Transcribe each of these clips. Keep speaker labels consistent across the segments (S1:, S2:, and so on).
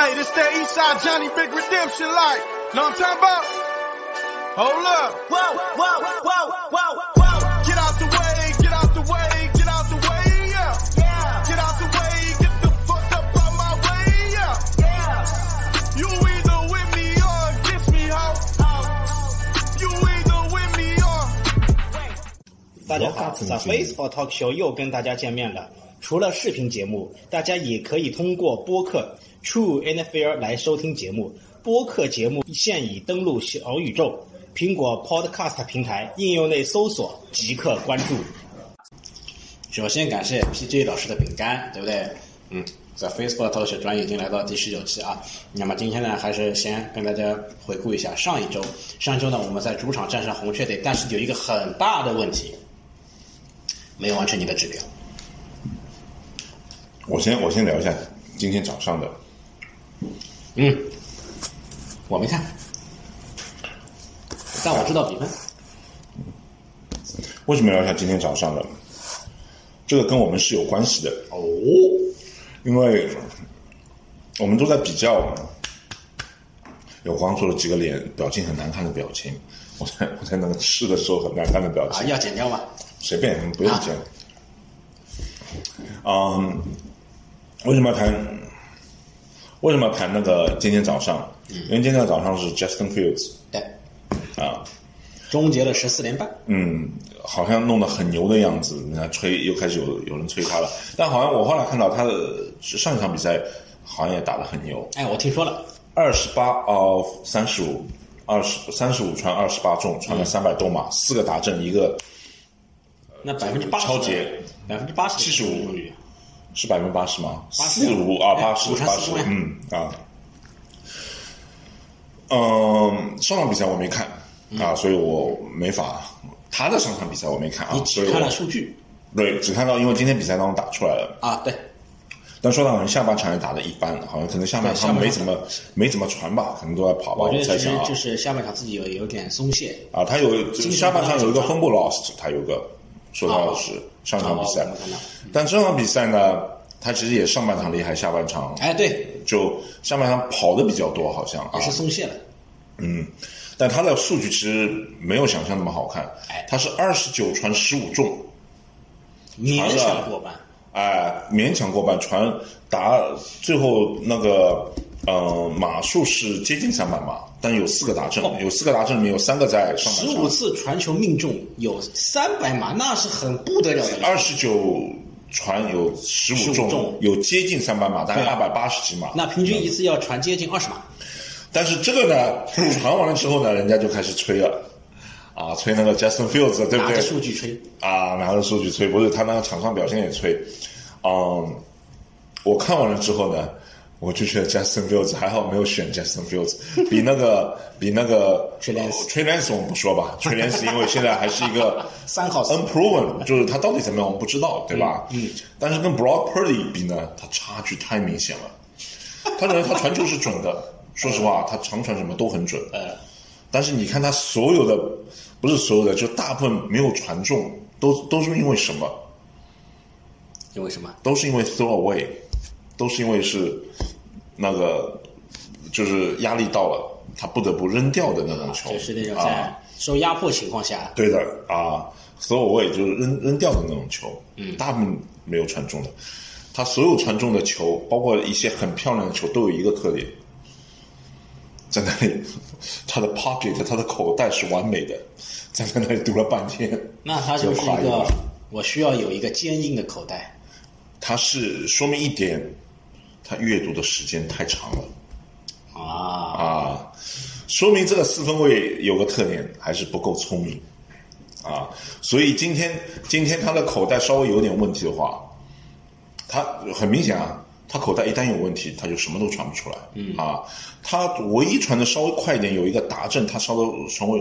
S1: Hey, this that Eastside Johnny Big Redemption like. Know what I'm talking about? Hold up. Whoa, whoa, whoa, whoa, whoa. Get out the way, get out the way, get out the way, yeah. Yeah. Get out the way, get the fuck up out my way, yeah. Yeah. You either with me or against me, ho. You either with me or
S2: 大家好 s u f a c e for Talk Show 又跟大家见面了。除了视频节目，大家也可以通过播客 True NFL 来收听节目。播客节目现已登录小宇宙、苹果 Podcast 平台应用内搜索即可关注。
S3: 首先感谢 PJ 老师的饼干，对不对？嗯，在 Facebook 投选专业已经来到第十九期啊。那么今天呢，还是先跟大家回顾一下上一周。上一周呢，我们在主场战胜红雀队，但是有一个很大的问题，没有完成你的指标。
S4: 我先我先聊一下今天早上的，
S3: 嗯，我没看，但我知道比分。
S4: 为什么聊一下今天早上的？这个跟我们是有关系的，
S3: 哦，
S4: 因为我们都在比较。有我刚刚说了几个脸表情很难看的表情，我在我在那个吃的时候很难看的表
S3: 啊，
S4: 情，
S3: 要剪掉吗？
S4: 随便不用剪。嗯，为什么要谈？为什么要谈那个今天早上？因为今天早上是 Justin Fields
S3: 对，
S4: 啊，
S3: 终结了十四连败。
S4: 嗯，好像弄得很牛的样子，人家吹又开始有有人吹他了。但好像我后来看到他的上一场比赛好像也打得很牛，
S3: 哎，我听说了，
S4: 二十八哦三十五，二十三十五传二十八中，
S3: 嗯
S4: 传了三百多码，四个打正，一个
S3: 那百分之八十，
S4: 超节
S3: 百分之八十，
S4: 75是
S3: 啊
S4: 百分之八十吗？
S3: 80
S4: 四五啊，八十
S3: 哎五
S4: 八
S3: 传
S4: 十
S3: 四中呀，
S4: 嗯啊，嗯，上场比赛我没看
S3: 嗯
S4: 啊，所以我没法。他的上场比赛我没看啊，
S3: 你
S4: 所以
S3: 只
S4: 我
S3: 看了数据
S4: 对，只看到因为今天比赛当中打出来了，
S3: 啊？对，
S4: 但说到好像下半场也打得一般，好像可能下半场
S3: 对
S4: 没怎么没怎么传吧，可能都在跑吧，
S3: 我
S4: 我
S3: 觉得
S4: 猜
S3: 其实
S4: 想啊
S3: 就是下半场自己有有点松懈。
S4: 啊，他有
S3: 精神
S4: 下半场有一个
S3: 不太
S4: fumble lost，他有个说到
S3: 啊
S4: 是上场比赛
S3: 啊我看到，
S4: 但这场比赛呢，他其实也上半场厉害，下半场
S3: 哎，对，
S4: 就下半场跑的比较多，好像
S3: 也，
S4: 啊
S3: 是松懈了。
S4: 但他的数据其实没有想象那么好看
S3: 哎，
S4: 他是二十九传十五中，
S3: 勉
S4: 传了
S3: 强过半。
S4: 哎，勉强过半，传达最后那个呃码数是接近三百码，但有四个达阵，
S3: 哦
S4: 有四个达阵里面有三个在上
S3: 十
S4: 半
S3: 五
S4: 场，
S3: 次传球命中有三百码，那是很不得了的。
S4: 二十九传有十
S3: 15
S4: 五
S3: 中
S4: 有接近三百码，大概
S3: 对啊
S4: 二百八十几码。嗯
S3: 那平均一次要传接近二十码，
S4: 但是这个呢，传完了之后呢，人家就开始吹了，啊，吹那个 Justin Fields，对不
S3: 拿着
S4: 对？
S3: 数据吹。
S4: 啊，拿着数据吹，不是他那个场上表现也吹。嗯，我看完了之后呢，我就觉得 Justin Fields 还好没有选 Justin Fields，比那个比那个
S3: Trey Lance
S4: Trey Lance 我们不说吧，Trey Lance 因为现在还是一个
S3: 三号
S4: unproven，就是他到底怎么样我们不知道，对吧？嗯，但是跟 Broad Purdy 比呢，他差距太明显了。他认为他传球是准的，说实话，他长传什么都很准。
S3: 呃，
S4: 但是你看他所有的，不是所有的，就大部分没有传中，都都是因为什么？
S3: 因为什么？
S4: 都是因为 throw away，都是因为是那个就是压力到了，他不得不扔掉的那种球，
S3: 就是那种
S4: 啊，
S3: 在受压迫情况下，
S4: 对的啊，throw away 就是扔扔掉的那种球，嗯，大部分没有传中的，他所有传中的球，包括一些很漂亮的球，都有一个特点。在那里， 他的 pocket，他的口袋是完美的，站在那里读了半天。
S3: 那他就是
S4: 有
S3: 一
S4: 夸有
S3: 个
S4: 骂
S3: 我需要有一个坚硬的口袋。
S4: 它是说明一点，他阅读的时间太长了
S3: 啊，
S4: 啊，说明这个四分卫有个特点，还是不够聪明啊。所以今天今天他的口袋稍微有点问题的话，他很明显啊，他口袋一旦有问题，他就什么都传不出来。嗯啊，他唯一传的稍微快一点，有一个达阵，他稍微稍微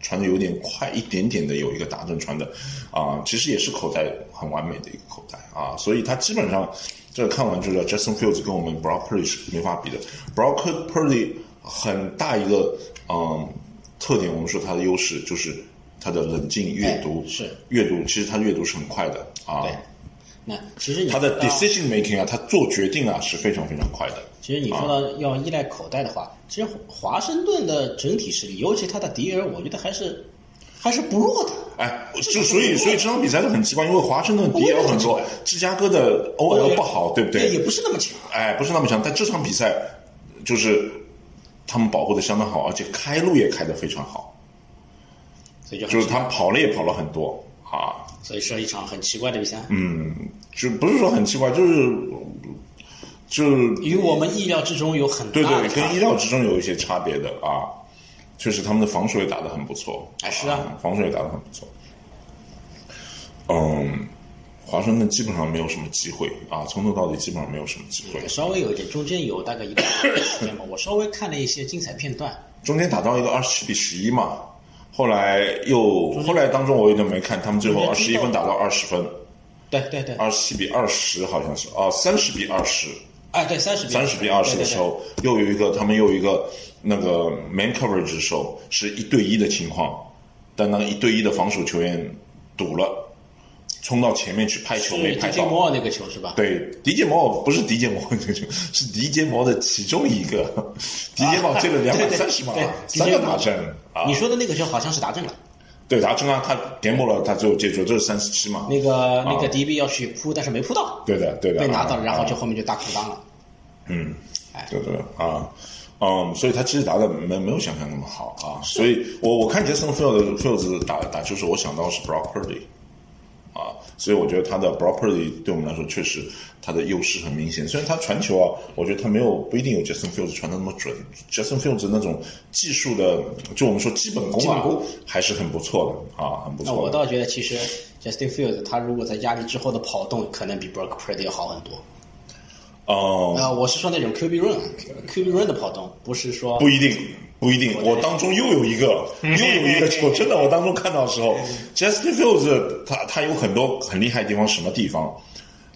S4: 传的有点快一点点的，有一个达阵传的啊，其实也是口袋很完美的一个口袋啊，所以他基本上这个看完就知道 Justin Fields 跟我们 Brock Purdy 是没法比的。Brock Purdy 很大一个嗯特点，我们说他的优势就是他的冷静阅读，
S3: 哎是
S4: 阅读，其实他阅读是很快的啊。
S3: 对，那其实你
S4: 他的
S3: 说到
S4: decision making 啊，他做决定啊是非常非常快的。
S3: 其实你说
S4: 啊
S3: 到要依赖口袋的话，其实华盛顿的整体实力，尤其他的敌人，我觉得还是还是不弱的。
S4: 哎，就所 以所以这场比赛就很奇怪，因为华盛顿 DL 很多，芝加哥的 OL 不好，对不对？
S3: 也不是那么强。
S4: 哎，不是那么强，但这场比赛就是他们保护的相当好，而且开路也开得非常好，
S3: 所以就很
S4: 就是他跑了也跑了很多啊，
S3: 所以说一场很奇怪的比赛，
S4: 嗯就不是说很奇怪，就是就是
S3: 与我们意料之中有很
S4: 对
S3: 大的
S4: 对，
S3: 差
S4: 跟意料之中有一些差别的啊，确实他们的防守也打得很不错，
S3: 哎是啊
S4: 防守也打得很不错。嗯，华盛顿基本上没有什么机会啊，从头到底基本上没有什么机会
S3: 别，稍微有一点，中间有大概一个小时时间 吧，我稍微看了一些精彩片段，
S4: 中间打到一个二十七比十一嘛，后来又后来当中我有点没看，他们最后
S3: 中
S4: 二
S3: 间
S4: 十一分打到二十分，
S3: 对对对，
S4: 二十七比二十好像是哦，三十比二十，
S3: 哎对三十
S4: 三十比二十的时，候，又有一个他们又有一个那个 man coverage 的时候是一对一的情况，但那个一对一的防守球员堵了，冲到前面去拍球
S3: 对
S4: 没
S3: 对对
S4: 拍
S3: 是 DJ
S4: 到。
S3: 摩尔那个球是吧？
S4: 对，迪杰摩尔不是迪杰摩 尔这个球，是迪杰摩尔的其中一个， 迪杰摩尔进了两百三十码
S3: 啊对对，对
S4: 三个打正啊
S3: 你，说的那个球好像是达阵了，
S4: 对，他正啊，他点破了，他最后接住，这是三十七嘛，
S3: 那个那个 DB 要去扑，但是没扑到，
S4: 啊对的，对的，
S3: 被拿到了，
S4: 啊
S3: 然后就
S4: 啊
S3: 后面就大裤裆了。
S4: 对对对啊，嗯，所以他其实打的没没有想象那么好啊。所以我我看杰森 Field Fields 打打球时，我想到是 Brock Purdy 啊，所以我觉得他的 Brock Purdy 对我们来说确实他的优势很明显。虽然他传球啊，我觉得他没有不一定有杰森 Fields 传的那么准，杰森 Fields 那种技术的，就我们说基本功
S3: 基
S4: 啊
S3: 本功，
S4: 还是很不错的啊，很不
S3: 那我
S4: 错的。
S3: 倒觉得，其实 Justin Fields 他如果在压力之后的跑动，可能比 Brock Purdy 要好很多。
S4: 哦、
S3: 啊，我是说那种 QB run，QB run 的跑动，不是说
S4: 不一定，不一定。我嗯当中又有一个，又有一个 球，真的，我当中看到的时候，Justin Fields 他他有很多很厉害的地方，什么地方？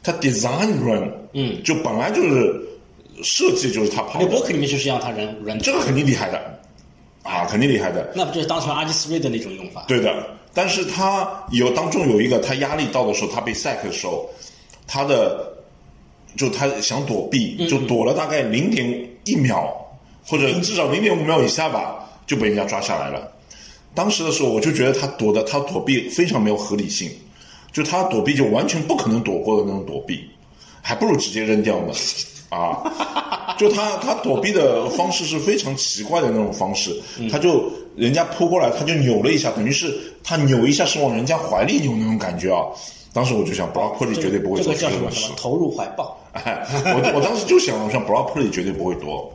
S4: 他 design run，嗯，就本来就是设计就是他跑
S3: 那
S4: 的，
S3: 博客里面就是让他人人
S4: 这个肯定厉害的啊，肯定厉害的，
S3: 那不就是当成 RG three 的那种用法？
S4: 对的。但是他有当中有一个，他压力到的时候，他被 sack 的时候，他的就他想躲避，就躲了大概零点一秒，或者至少零点五秒以下吧，就被人家抓下来了。当时的时候，我就觉得他躲的他躲避非常没有合理性，就他躲避就完全不可能躲过的那种躲避，还不如直接扔掉呢。啊，就他他躲避的方式是非常奇怪的那种方式，他就人家扑过来，他就扭了一下，等于是他扭一下是往人家怀里扭那种感觉啊。当时我就想 b r o c k r
S3: 这个
S4: y 绝 对不会
S3: 这
S4: 做
S3: 个
S4: 出
S3: 叫
S4: 这
S3: 什
S4: 种
S3: 么
S4: 事
S3: 什么。投入怀抱。
S4: 哎，我我当时就想，我想 b r o c k r y 绝对不会多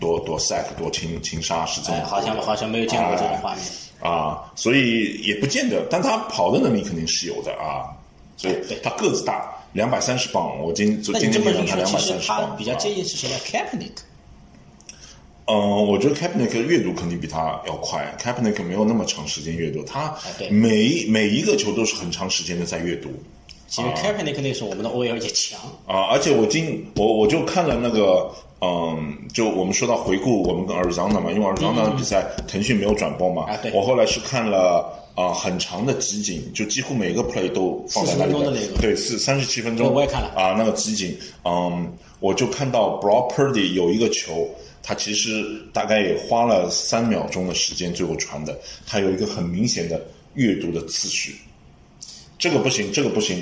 S4: 多多 sack 多擒擒杀是这么
S3: 哎，好像好像没有见过这种画面。
S4: 啊，所以也不见得，但他跑的能力肯定是有的啊。所以
S3: 对
S4: 他个子大，两百三十磅，我今今
S3: 哎那你
S4: 天
S3: 这么
S4: 见到
S3: 一说，
S4: 他两
S3: 其
S4: 百
S3: 实
S4: 三十啊
S3: 他
S4: 磅。
S3: 比较接近是谁呢 k a p n i c
S4: 嗯，我觉得 Kaepernick 的阅读肯定比他要快，Kaepernick 没有那么长时间阅读，他
S3: 哎对
S4: 每一每一个球都是很长时间的在阅读
S3: 其
S4: 哦
S3: 实 k a p n i c 那时候我们的 OL 也强，
S4: 啊，而且我今我我就看了那个。嗯，就我们说到回顾我们跟 Arizona 嘛，因为 Arizona 的比赛、腾讯没有转播嘛，
S3: 嗯啊对
S4: 我后来是看了啊、很长的集锦，就几乎每个 play 都放在那里
S3: 40分钟的那个
S4: 对，是三十七分钟，
S3: 我也看了
S4: 啊，那个集锦，嗯，我就看到 Brock Purdy 有一个球，他其实大概也花了三秒钟的时间最后传的，他有一个很明显的阅读的次序，这个不行，这个不行。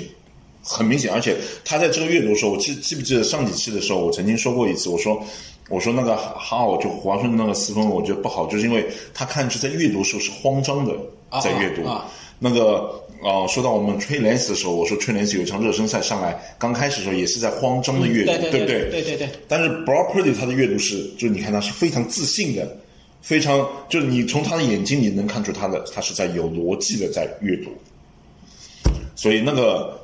S4: 很明显，而且他在这个阅读的时候，我记记不记得上几期的时候，我曾经说过一次，我说我说那个哈奥就华盛顿那个四分，我觉得不好，就是因为他看是在阅读的时候是慌张的
S3: 啊
S4: 在阅读，
S3: 啊啊
S4: 那个呃，说到我们吹雷斯的时候，我说吹雷斯有一场热身赛上来，刚开始的时候也是在慌张的阅读，
S3: 对对
S4: 不
S3: 对对对。
S4: 但是 Brock Purdy 他的阅读是，就是你看他是非常自信的，非常就是你从他的眼睛你能看出他的他是在有逻辑的在阅读。所以那个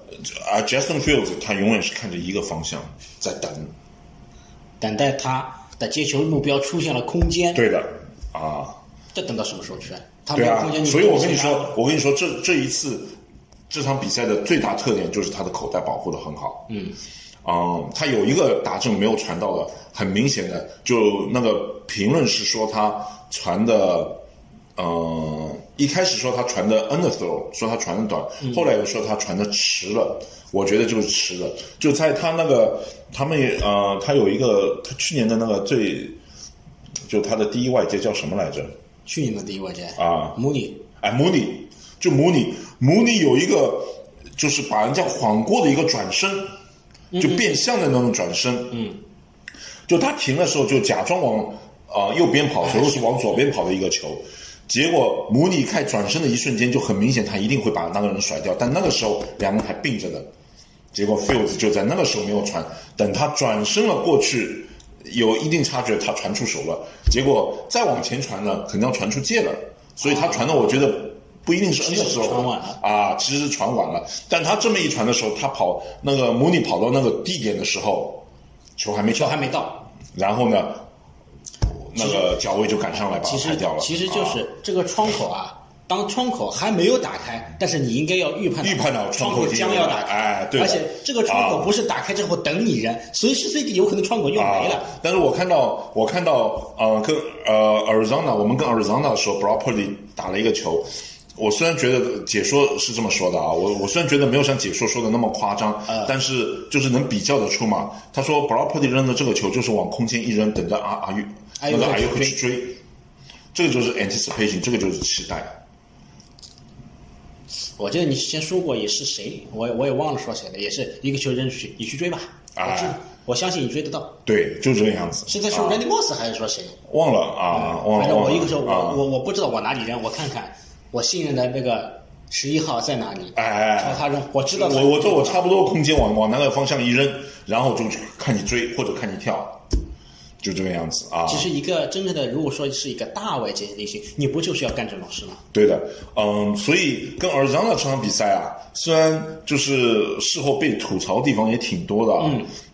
S4: 啊，Justin Fields 他永远是看着一个方向在等，
S3: 等待他的接球目标出现了空间，
S4: 对的啊，
S3: 这等到什么时候去？他没
S4: 对
S3: 有
S4: 啊
S3: 空间，，
S4: 所以我跟你说，，我跟你说，这这一次这场比赛的最大特点就是他的口袋保护的很好。嗯，嗯，他有一个打正没有传到的，很明显的，就那个评论是说他传的，呃，一开始说他传的 underthrow，说他传的短，
S3: 嗯
S4: 后来又说他传的迟了，我觉得就是迟了。就在他那个他们也呃，他有一个他去年的那个最，就他的第一外接叫什么来着？
S3: 去年的第一外界
S4: 啊
S3: 穆里
S4: 哎，姆尼就姆尼，姆尼有一个就是把人家晃过的一个转身，就变相的那种转身。嗯，就他停的时候就假装往啊、呃右边跑，
S3: 哎
S4: 球是往左边跑的一个球。结果姆尼开转身的一瞬间就很明显，他一定会把那个人甩掉，但那个时候两个人还并着的。结果 Fields 就在那个时候没有传，等他转身了过去，有一定差距，他传出手了。结果再往前传呢，肯定要传出界了。所以他传的，我觉得不一定是 N 的时候
S3: 哦其实传晚了
S4: 啊，其实是传晚了。但他这么一传的时候，他跑那个姆尼跑到那个地点的时候，球还没
S3: 球
S4: 球
S3: 还没到，
S4: 然后呢，那个脚位就赶上来把
S3: 其
S4: 他
S3: 实
S4: 拍掉了。
S3: 其实就
S4: 啊
S3: 是这个窗口啊，当窗口还没有打开，但是你应该要预判
S4: 预判到
S3: 窗
S4: 窗口已经
S3: 将要打开，
S4: 哎对的啊
S3: 而且这个窗口不是打开之后等你人，随时随地有可能窗口又没
S4: 啊
S3: 了。
S4: 但是我看到，我看到，呃，跟呃 Arizona，我们跟 Arizona 的时候 b r o p e r l y 打了一个球。我虽然觉得解说是这么说的啊，我我虽然觉得没有像解说说的那么夸张，
S3: 嗯
S4: 但是就是能比较得出嘛。他说 b r o p e r l y 扔的这个球就是往空间一扔，等着阿阿玉
S3: 阿
S4: 那
S3: 尤
S4: 个
S3: 克
S4: 阿
S3: 去
S4: 尤克去追，这个就是 anticipation，这个就是期待。
S3: 我记得你之前说过也是谁，我我也忘了说谁了，也是一个球扔出去，你去追吧，
S4: 哎
S3: 我知我相信你追得到。
S4: 对，就这个样子。
S3: 是在说 Randy Moss 还是说谁？
S4: 忘了啊，忘
S3: 反
S4: 了
S3: 正
S4: 忘
S3: 我
S4: 了。
S3: 一个时候我、
S4: 啊
S3: 我我不知道往哪里扔，我看看我信任的那个十一号在哪里，
S4: 哎哎哎
S3: 朝他扔，我知道他
S4: 我我做我差不多空间往往那个方向一扔，然后就看你追或者看你跳，就这个样子啊。
S3: 其实一个真正的，如果说是一个大外界类型，你不就是要干这种事吗？
S4: 对的，嗯，所以跟 Arizona 这场比赛啊，虽然就是事后被吐槽的地方也挺多的啊，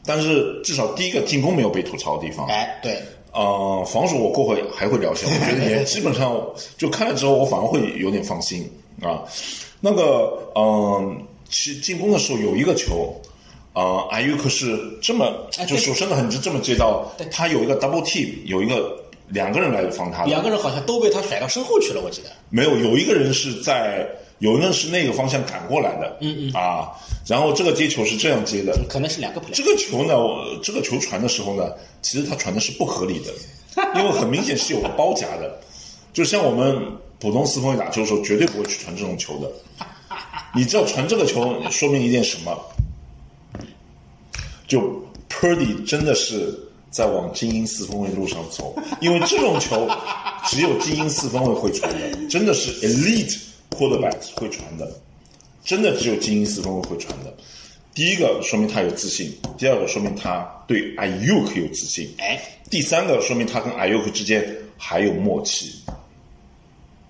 S4: 但是至少第一个进攻没有被吐槽的地方。
S3: 嗯哎，对，
S4: 呃，防守我过会还会聊一下，我觉得也基本上就看了之后，我反而会有点放心啊。那个，嗯、其进攻的时候有一个球，呃，阿尤克是这么
S3: 哎
S4: 就
S3: 对
S4: 手伸的很直，这么接到
S3: 对，
S4: 他有一个 double tip，有一个两个人来防他的，
S3: 两个人好像都被他甩到身后去了，我记得。
S4: 没有，有一个人是在，有一个人是那个方向赶过来的，嗯嗯啊，然后这个接球是这样接的，
S3: 可能是两个 play，
S4: 这个球呢，我这个球传的时候呢，其实他传的是不合理的，因为很明显是有个包夹的，就像我们普通四分卫打球的时候，绝对不会去传这种球的。你知道传这个球说明一件什么？就 Purdy 真的是在往精英四分卫路上走，因为这种球只有精英四分卫会传的，真的是 elite quarterback 会传的，真的只有精英四分卫会传的。第一个说明他有自信，第二个说明他对 Iuk 有自信，
S3: 哎，
S4: 第三个说明他跟 Iuk 之间还有默契。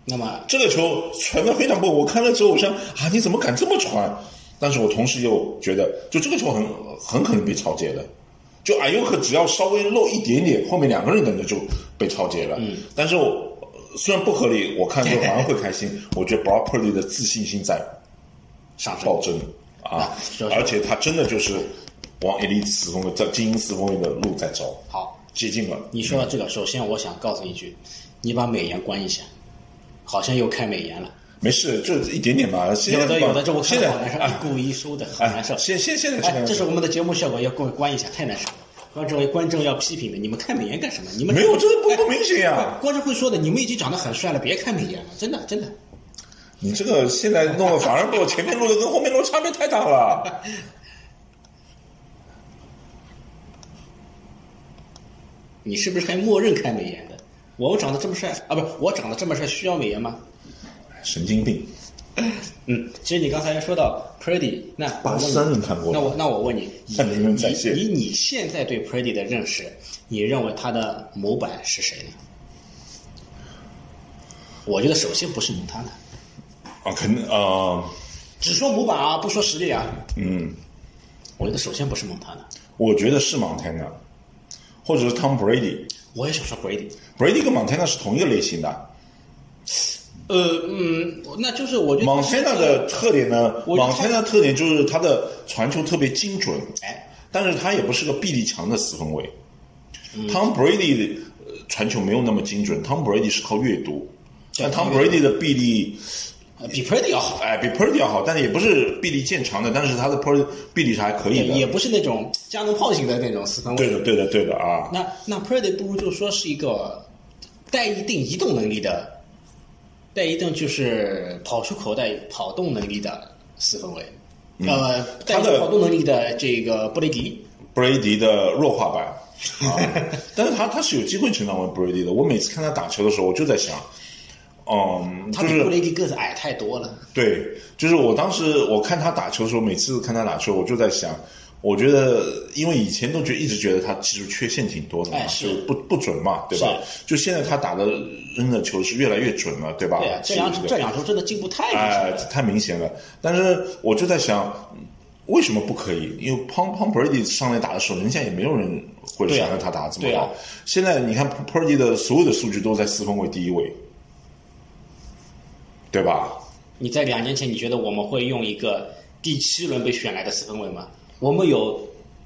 S3: 那么
S4: 这个球传的非常不，我看了之后，我想啊，你怎么敢这么传？但是我同时又觉得，就这个球很很可能被超截的，就艾尤克只要稍微漏一点点，后面两个人等着就被超截了。嗯，但是我呃虽然不合理，我看之后反而会开心。我觉得 b r o p e r l y 的自信心在
S3: 上升
S4: 暴增啊
S3: 是的，
S4: 而且他真的就是往 elite 四分卫、在精英四分卫的路在走，
S3: 好，
S4: 接近了。
S3: 你说到这个，首先我想告诉你一句，你把美颜关一下，好像又开美颜了。
S4: 没事，就一点点吧。现在
S3: 有的有的，这我看
S4: 现
S3: 着
S4: 在
S3: 好难受，
S4: 哎
S3: 一股一收的，好
S4: 哎
S3: 难受。
S4: 现现现在这个
S3: 哎，
S4: 样
S3: 这
S4: 子
S3: 是我们的节目效果，要给我关一下，太难受了。观众观众要批评的，你们看美颜干什么？你们
S4: 没有，这个不
S3: 哎
S4: 不明显呀、
S3: 观众会说的，你们已经长得很帅了，别看美颜了，真的真的。
S4: 你这个现在弄的反而不，前面录的跟后面录的差别太大了。
S3: 你是不是还默认开美颜的？我长得这么帅啊，不是我长得这么帅，需要美颜吗？
S4: 神经病，
S3: 嗯，其实你刚才说到 Pretty，那我问你
S4: 83人看过
S3: 那我那我问你，以
S4: 看名人在线
S3: 以以你现在对 Pretty 的认识，你认为他的模板是谁呢？我觉得首先不是他的，
S4: 啊，肯定呃，
S3: 只说模板啊，不说实力啊。嗯，我觉得首先不是蒙塔纳，
S4: 我觉得是 Montana，或者是 Tom Brady。
S3: 我也想说 Brady。
S4: Brady 跟 Montana 是同一个类型的。
S3: 哎呃，嗯，那就是我觉得
S4: Montana 的特点呢
S3: 我觉得
S4: ，Montana 的特点就是他的传球特别精准，
S3: 哎，
S4: 但是他也不是个臂力强的四分卫。Tom Brady 的呃传球没有那么精准，Tom Brady 是靠阅读，但 Tom Brady 的臂力，
S3: 呃比 Purdy 要好，
S4: 哎，比 Purdy 要好，但是也不是臂力见长的，但是他的 Purdy 臂力是还可
S3: 也
S4: 以的。
S3: 也不是那种加农炮型的那种四分
S4: 对
S3: 卫。
S4: 的，对的，对的啊。
S3: 那那 Purdy 不如就说是一个带一定移动能力的，带一定就是跑出口袋跑动能力的四分卫，呃，带
S4: 他嗯的
S3: 有跑动能力的这个布雷迪。
S4: 布雷迪的弱 化版。啊，但是他他是有机会成长为布雷迪的。我每次看他打球的时候，我就在想，嗯，
S3: 他
S4: 就
S3: 比
S4: 是
S3: 布雷迪个子矮太多了，
S4: 对，就是我当时我看他打球的时候，每次看他打球，我就在想，我觉得因为以前都觉一直觉得他技术缺陷挺多的嘛，
S3: 哎是
S4: 就不不准嘛，对吧？就现在他打的扔的球是越来越准了，对吧？
S3: 对啊，这两
S4: 是不是
S3: 这两周真的进步太明
S4: 哎
S3: 显，了。
S4: 太明显了。但是我就在想，为什么不可以？因为 Pom Pom Brady 上来打的时候，人家也没有人会
S3: 对啊
S4: 想让他打这么
S3: 对
S4: 好。
S3: 啊
S4: 现在你看 Purdy 的所有的数据都在四分卫第一位，对吧？
S3: 你在两年前，你觉得我们会用一个第七轮被选来的四分卫吗？我们有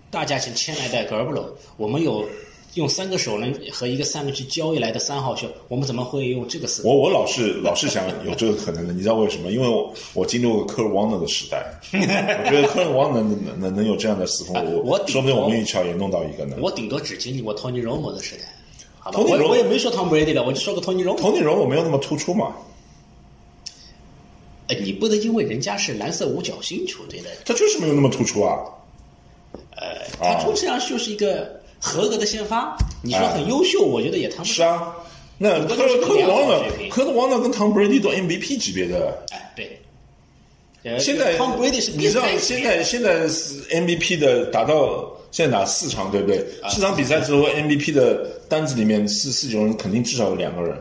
S3: 大价钱签来的格尔布罗，我们有用三个首轮和一个三轮去交易来的三号秀，我们怎么会用这个四分卫？
S4: 我我老是老是想有这个可能的，你知道为什么？因为我我经历过科尔旺纳的时代，我觉得科尔旺纳能能能能有这样的四分卫，
S3: 哎我顶
S4: 说不定我
S3: 多
S4: 们一桥也弄到一个呢。
S3: 我顶多只经历过托尼·罗摩的时代，好吧？
S4: Tony
S3: 我
S4: Romo-
S3: 我也没说汤姆·布雷迪的，我就说个托尼·罗摩。
S4: 头内容我没有那么突出嘛，
S3: 哎，你不能因为人家是蓝色五角星球队的，
S4: 他确实没有那么突出啊。
S3: 呃，
S4: 啊
S3: 他充其量就是一个合格的先发。你说
S4: 哎
S3: 很优秀，我觉得也谈不
S4: 是
S3: 上。
S4: 啊，那
S3: 我
S4: 科
S3: 们都是
S4: 科
S3: 良好
S4: 王呢
S3: 水？平
S4: 科王呢跟唐布雷迪都 MVP 级别的。
S3: 哎，对。呃
S4: 现在
S3: 汤姆·布雷迪是
S4: 你知道
S3: 变态级
S4: 现
S3: 别
S4: 在现在是 MVP 的打到现在打四场对不对？
S3: 啊
S4: 四场比赛之后 MVP 的单子里面四四九人肯定至少有两个人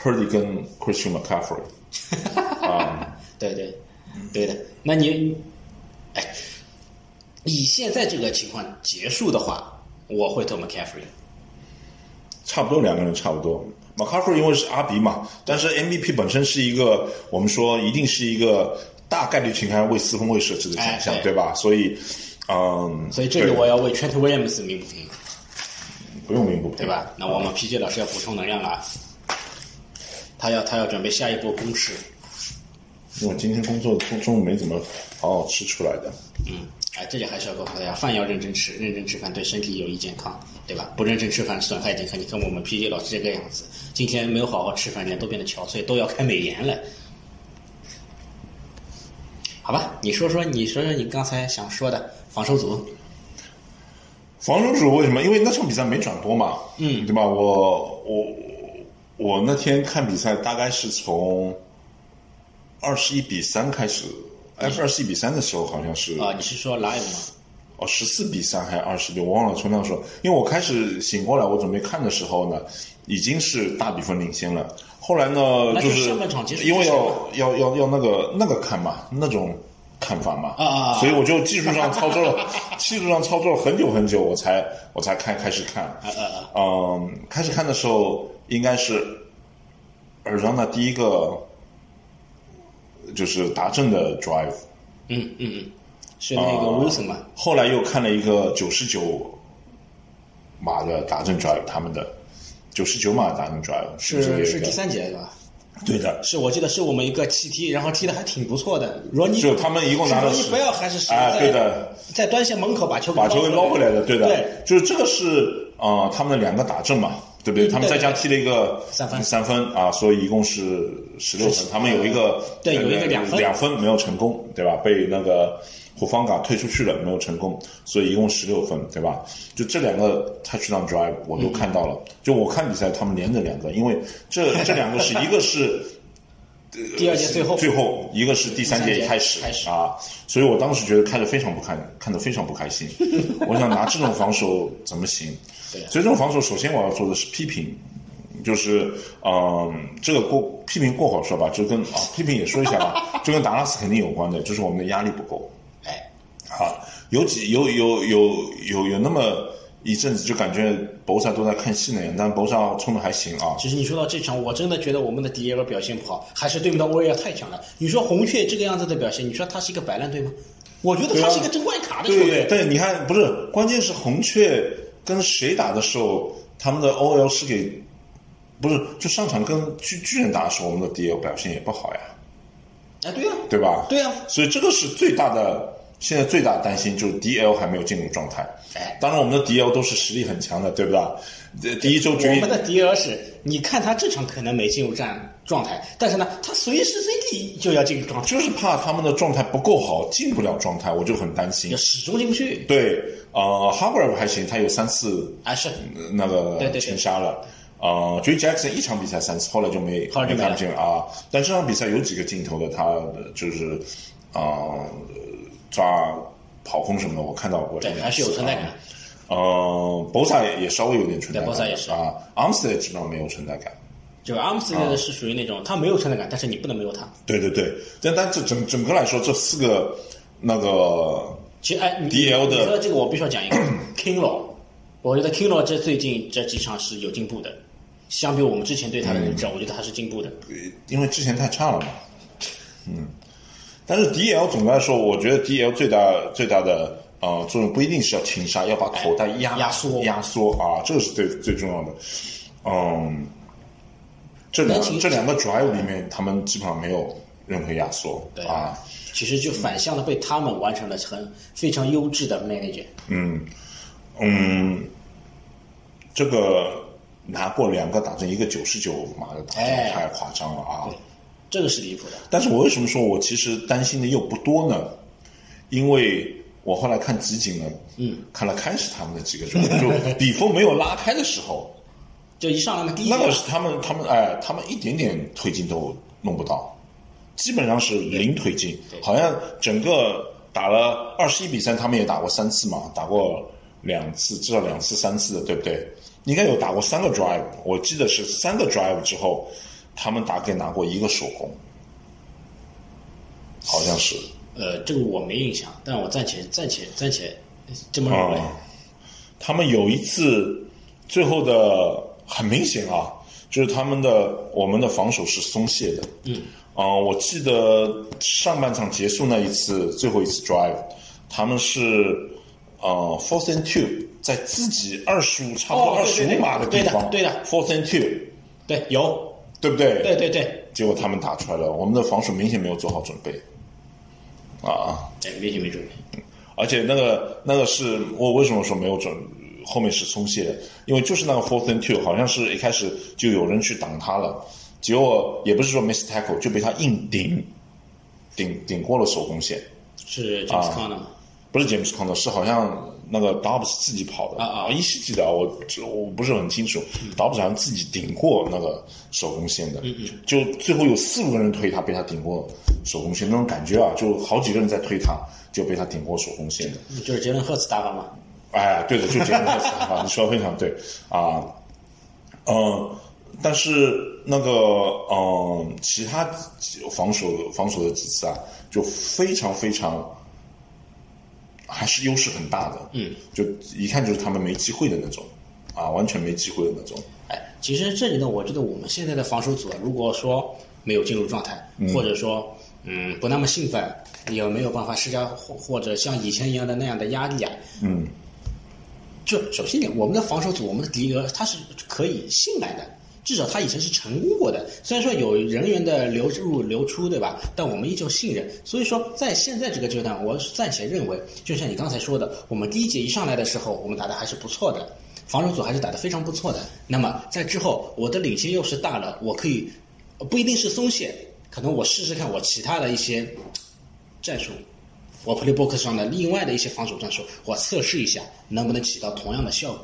S4: ，Purdy 跟 Christian McCaffrey。啊，
S3: 对对，对的。那你，哎，以现在这个情况结束的话，我会投 McCaffrey。
S4: 差不多两个人差不多。McCaffrey 因为是阿比嘛，但是 MVP 本身是一个我们说一定是一个大概率情况下为四分卫设置的
S3: 哎
S4: 选项，
S3: 对
S4: 对吧？所以，嗯，
S3: 所以这里
S4: 对
S3: 我要为 Trent Williams 鸣不平，
S4: 不用鸣不平，
S3: 对吧？那我们 PJ 老师要补充能量了啊，他要他要准备下一波攻势。
S4: 因为我今天工作中中午没怎么好好吃出来的。
S3: 嗯，哎，这里还是要告诉大家，饭要认真吃，认真吃饭对身体有益健康，对吧？不认真吃饭损害健康。你看我们 PJ 老师这个样子，今天没有好好吃饭，脸都变得憔悴，都要开美颜了。好吧，你说说，你说说你刚才想说的防守组，
S4: 防守组为什么？因为那场比赛没转播嘛，
S3: 嗯
S4: 对吧？我我我那天看比赛大概是从二十一比三开始，哎，二十一比三的时候好像是
S3: 嗯啊、你是说 live 吗？
S4: 哦，十四比三还是二十六，我忘了。从那时候，因为我开始醒过来，我准备看的时候呢，已经是大比分领先了。后来呢，
S3: 那
S4: 就
S3: 就是上半场结束之
S4: 因为
S3: 前
S4: 要
S3: 嘛
S4: 要要要那个那个看嘛，那种看法嘛，
S3: 啊啊啊
S4: 所以我就技术上操作了， 技术上操作了很久很久，我才我才看开始看，
S3: 啊
S4: 嗯，开始看的时候应该是尔让那第一个就是达阵的 drive，
S3: 嗯嗯嗯，是那
S4: 啊
S3: 个 Wilson 吗？
S4: 后来又看了一个九十九码的达阵 drive，他们的九十九码达阵 drive 是不是也有
S3: 是
S4: 一
S3: 是
S4: 个
S3: 第三节对吧？
S4: 对的，
S3: 是我记得是我们一个弃踢，然后踢的还挺不错的。罗尼
S4: 就他们一共拿了
S3: 是
S4: 十
S3: 罗尼不要还是谁
S4: 哎
S3: 在
S4: 对的，
S3: 在端线门口把球给
S4: 把球给捞回来的，对的，
S3: 对
S4: 就是这个是呃他们的两个打阵嘛，对不对？
S3: 嗯
S4: 他们在家踢了一个
S3: 三分
S4: 三分啊，所以一共是十六分，他们有一个
S3: 对
S4: 呃
S3: 有一个两分
S4: 两分没有成功，对吧？被那个胡方嘎推出去了，没有成功，所以一共十六分，对吧？就这两个 touchdown drive 我
S3: 嗯
S4: 都看到了，就我看比赛他们连着两个，因为这这两 个是一个是。
S3: 第二节最后
S4: 最后一个是第三节一开始
S3: 第三节开始
S4: 啊，所以我当时觉得看着非常不看，看得非常不 开心。我想拿这种防守怎么行？
S3: 对啊
S4: 所以这种防守，首先我要做的是批评，就是嗯、这个过批评过会儿说吧，就跟啊批评也说一下 吧，就跟达拉斯肯定有关的，就是我们的压力不够
S3: 哎，
S4: 啊，有几有有有有有那么一阵子就感觉博萨都在看戏呢，但博萨冲的还行啊，
S3: 其实你说到这场，我真的觉得我们的 d 耶 g 表现不好，还是对面的威尔太强了。你说红雀这个样子的表现，你说他是一个摆烂队吗？我觉得他是一个争外卡的球 队。
S4: 啊对，你看，不是，关键是红雀跟谁打的时候，他们的 OL 是给不是，就上场跟巨巨人打的时候，我们的 D L 表现也不好呀，
S5: 哎，对呀、
S4: 对吧？
S3: 啊
S5: 对呀
S4: 所以这个是最大的，现在最大的担心就是 D L 还没有进入状态。
S5: 哎
S4: 当然我们的 D L 都是实力很强的，对不对？呃第一周决
S3: 我
S4: 一
S3: 们的迪尔是，你看他这场可能没进入战状态，但是呢，他随时随地就要进入状态，
S4: 就是怕他们的状态不够好，进不了状态，我就很担心
S3: 就。始终进不去。
S4: 对，呃，哈维尔还行，他有三次
S3: 啊，是
S4: 呃那个
S3: 对对对
S4: 擒杀了。呃 j Jackson 一场比赛三次，后来就没
S3: 后来就没了
S4: 看见啊。但这场比赛有几个镜头的，他呃就是啊、呃抓跑轰什么的，我看到过
S3: 对
S4: 一两次
S3: 哎还是有存在感
S4: 啊呃，博萨也稍微有点存在感，
S3: 对，Bosa 也是
S4: 啊 a r m s t e a d 基本上没有存在感。
S3: 就 Arms 是属于那种他没有存在感，但是你不能没有他。
S4: 对对对，但但这整整个来说，这四个那个
S3: 其实哎，你
S4: DL 的
S3: 你说这个我必须要讲一 个 Kinlaw，我觉得 Kinlaw 这最近这几场是有进步的，相比我们之前对他的认知，我觉得他是进步的。
S4: 因为之前太差了嘛，嗯，但是 DL 总的来说，我觉得 DL 最大最大的呃作用不一定是要擒杀，要把口袋压
S3: 压缩
S4: 压缩啊，这个是最最重要的。嗯，这两
S3: 那其实
S4: 这两个 drive 里面，他们基本上没有任何压缩
S3: 对
S4: 啊，
S3: 其实就反向的被他们完成了很非常优质的 manager。
S4: 嗯，这个拿过两个打成一个九十九码的打针
S3: 哎
S4: 太夸张了啊！
S3: 这个是离谱的，
S4: 但是我为什么说我其实担心的又不多呢？因为我后来看集锦呢，嗯，看了开始他们的几个转，就比分没有拉开的时候，
S3: 就一上来嘛，第一
S4: 那
S3: 个
S4: 个是他们他们哎，他们一点点推进都弄不到，基本上是零推进，好像整个打了二十一比三，他们也打过三次嘛，打过两次，至少两次三次的，对不对？应该有打过三个 drive，我记得是三个 drive 之后，他们大概拿过一个手工，好像是。
S3: 呃，这个我没印象，但我暂且暂且暂且这么认为。
S4: 啊，他们有一次最后的很明显啊，就是他们的我们的防守是松懈的。嗯，啊、我记得上半场结束那一次最后一次 drive，他们是呃 fourth and two，在自己二十五差不
S3: 哦
S4: 多二十
S3: 对对对
S4: 五码的地
S3: 对的
S4: 方，
S3: 对的
S4: fourth and two，
S3: 对，有，
S4: 对不对？
S3: 对对对，
S4: 结果他们打出来了，我们的防守明显没有做好准备啊。
S3: 对，明显没准备。
S4: 而且那个那个是我为什么说没有准，后面是松懈，因为就是那个 fourth and two，好像是一开始就有人去挡他了，结果也不是说 miss tackle 就被他硬顶，顶顶过了手工线，
S3: 是 James Conner 吗？
S4: 不是 James Conner，是好像那个 Dobbs 自己跑的
S3: 啊啊嗯
S4: 依稀记得啊，我我不是很清楚、d o b b s 好像自己顶过那个手工线的，就最后有四五个人推他，被他顶过手工线，那种感觉啊，就好几个人在推他，就被他顶过手工线的。
S3: 就是杰伦赫兹打法嘛。
S4: 哎，对的，就杰伦赫兹啊，你说的非常对啊，嗯、但是那个嗯、呃其他几防守防守的几次啊，就非常非常还是优势很大的，嗯，就一看就是他们没机会的那种啊，完全没机会的那种，
S3: 哎，其实这里呢，我觉得我们现在的防守组啊，如果说没有进入状态，或者说嗯不那么兴奋，也没有办法施加或或者像以前一样的那样的压力啊。
S4: 嗯，
S3: 就首先一点，我们的防守组，我们的迪格他是可以信赖的，至少他以前是成功过的。虽然说有人员的流入流出，对吧？但我们依旧信任。所以说，在现在这个阶段，我暂且认为，就像你刚才说的，我们第一节一上来的时候，我们打的还是不错的，防守组还是打得非常不错的。那么在之后，我的领先优势大了，我可以不一定是松懈，可能我试试看我其他的一些战术，我 Playbook 上的另外的一些防守战术，我测试一下能不能起到同样的效果。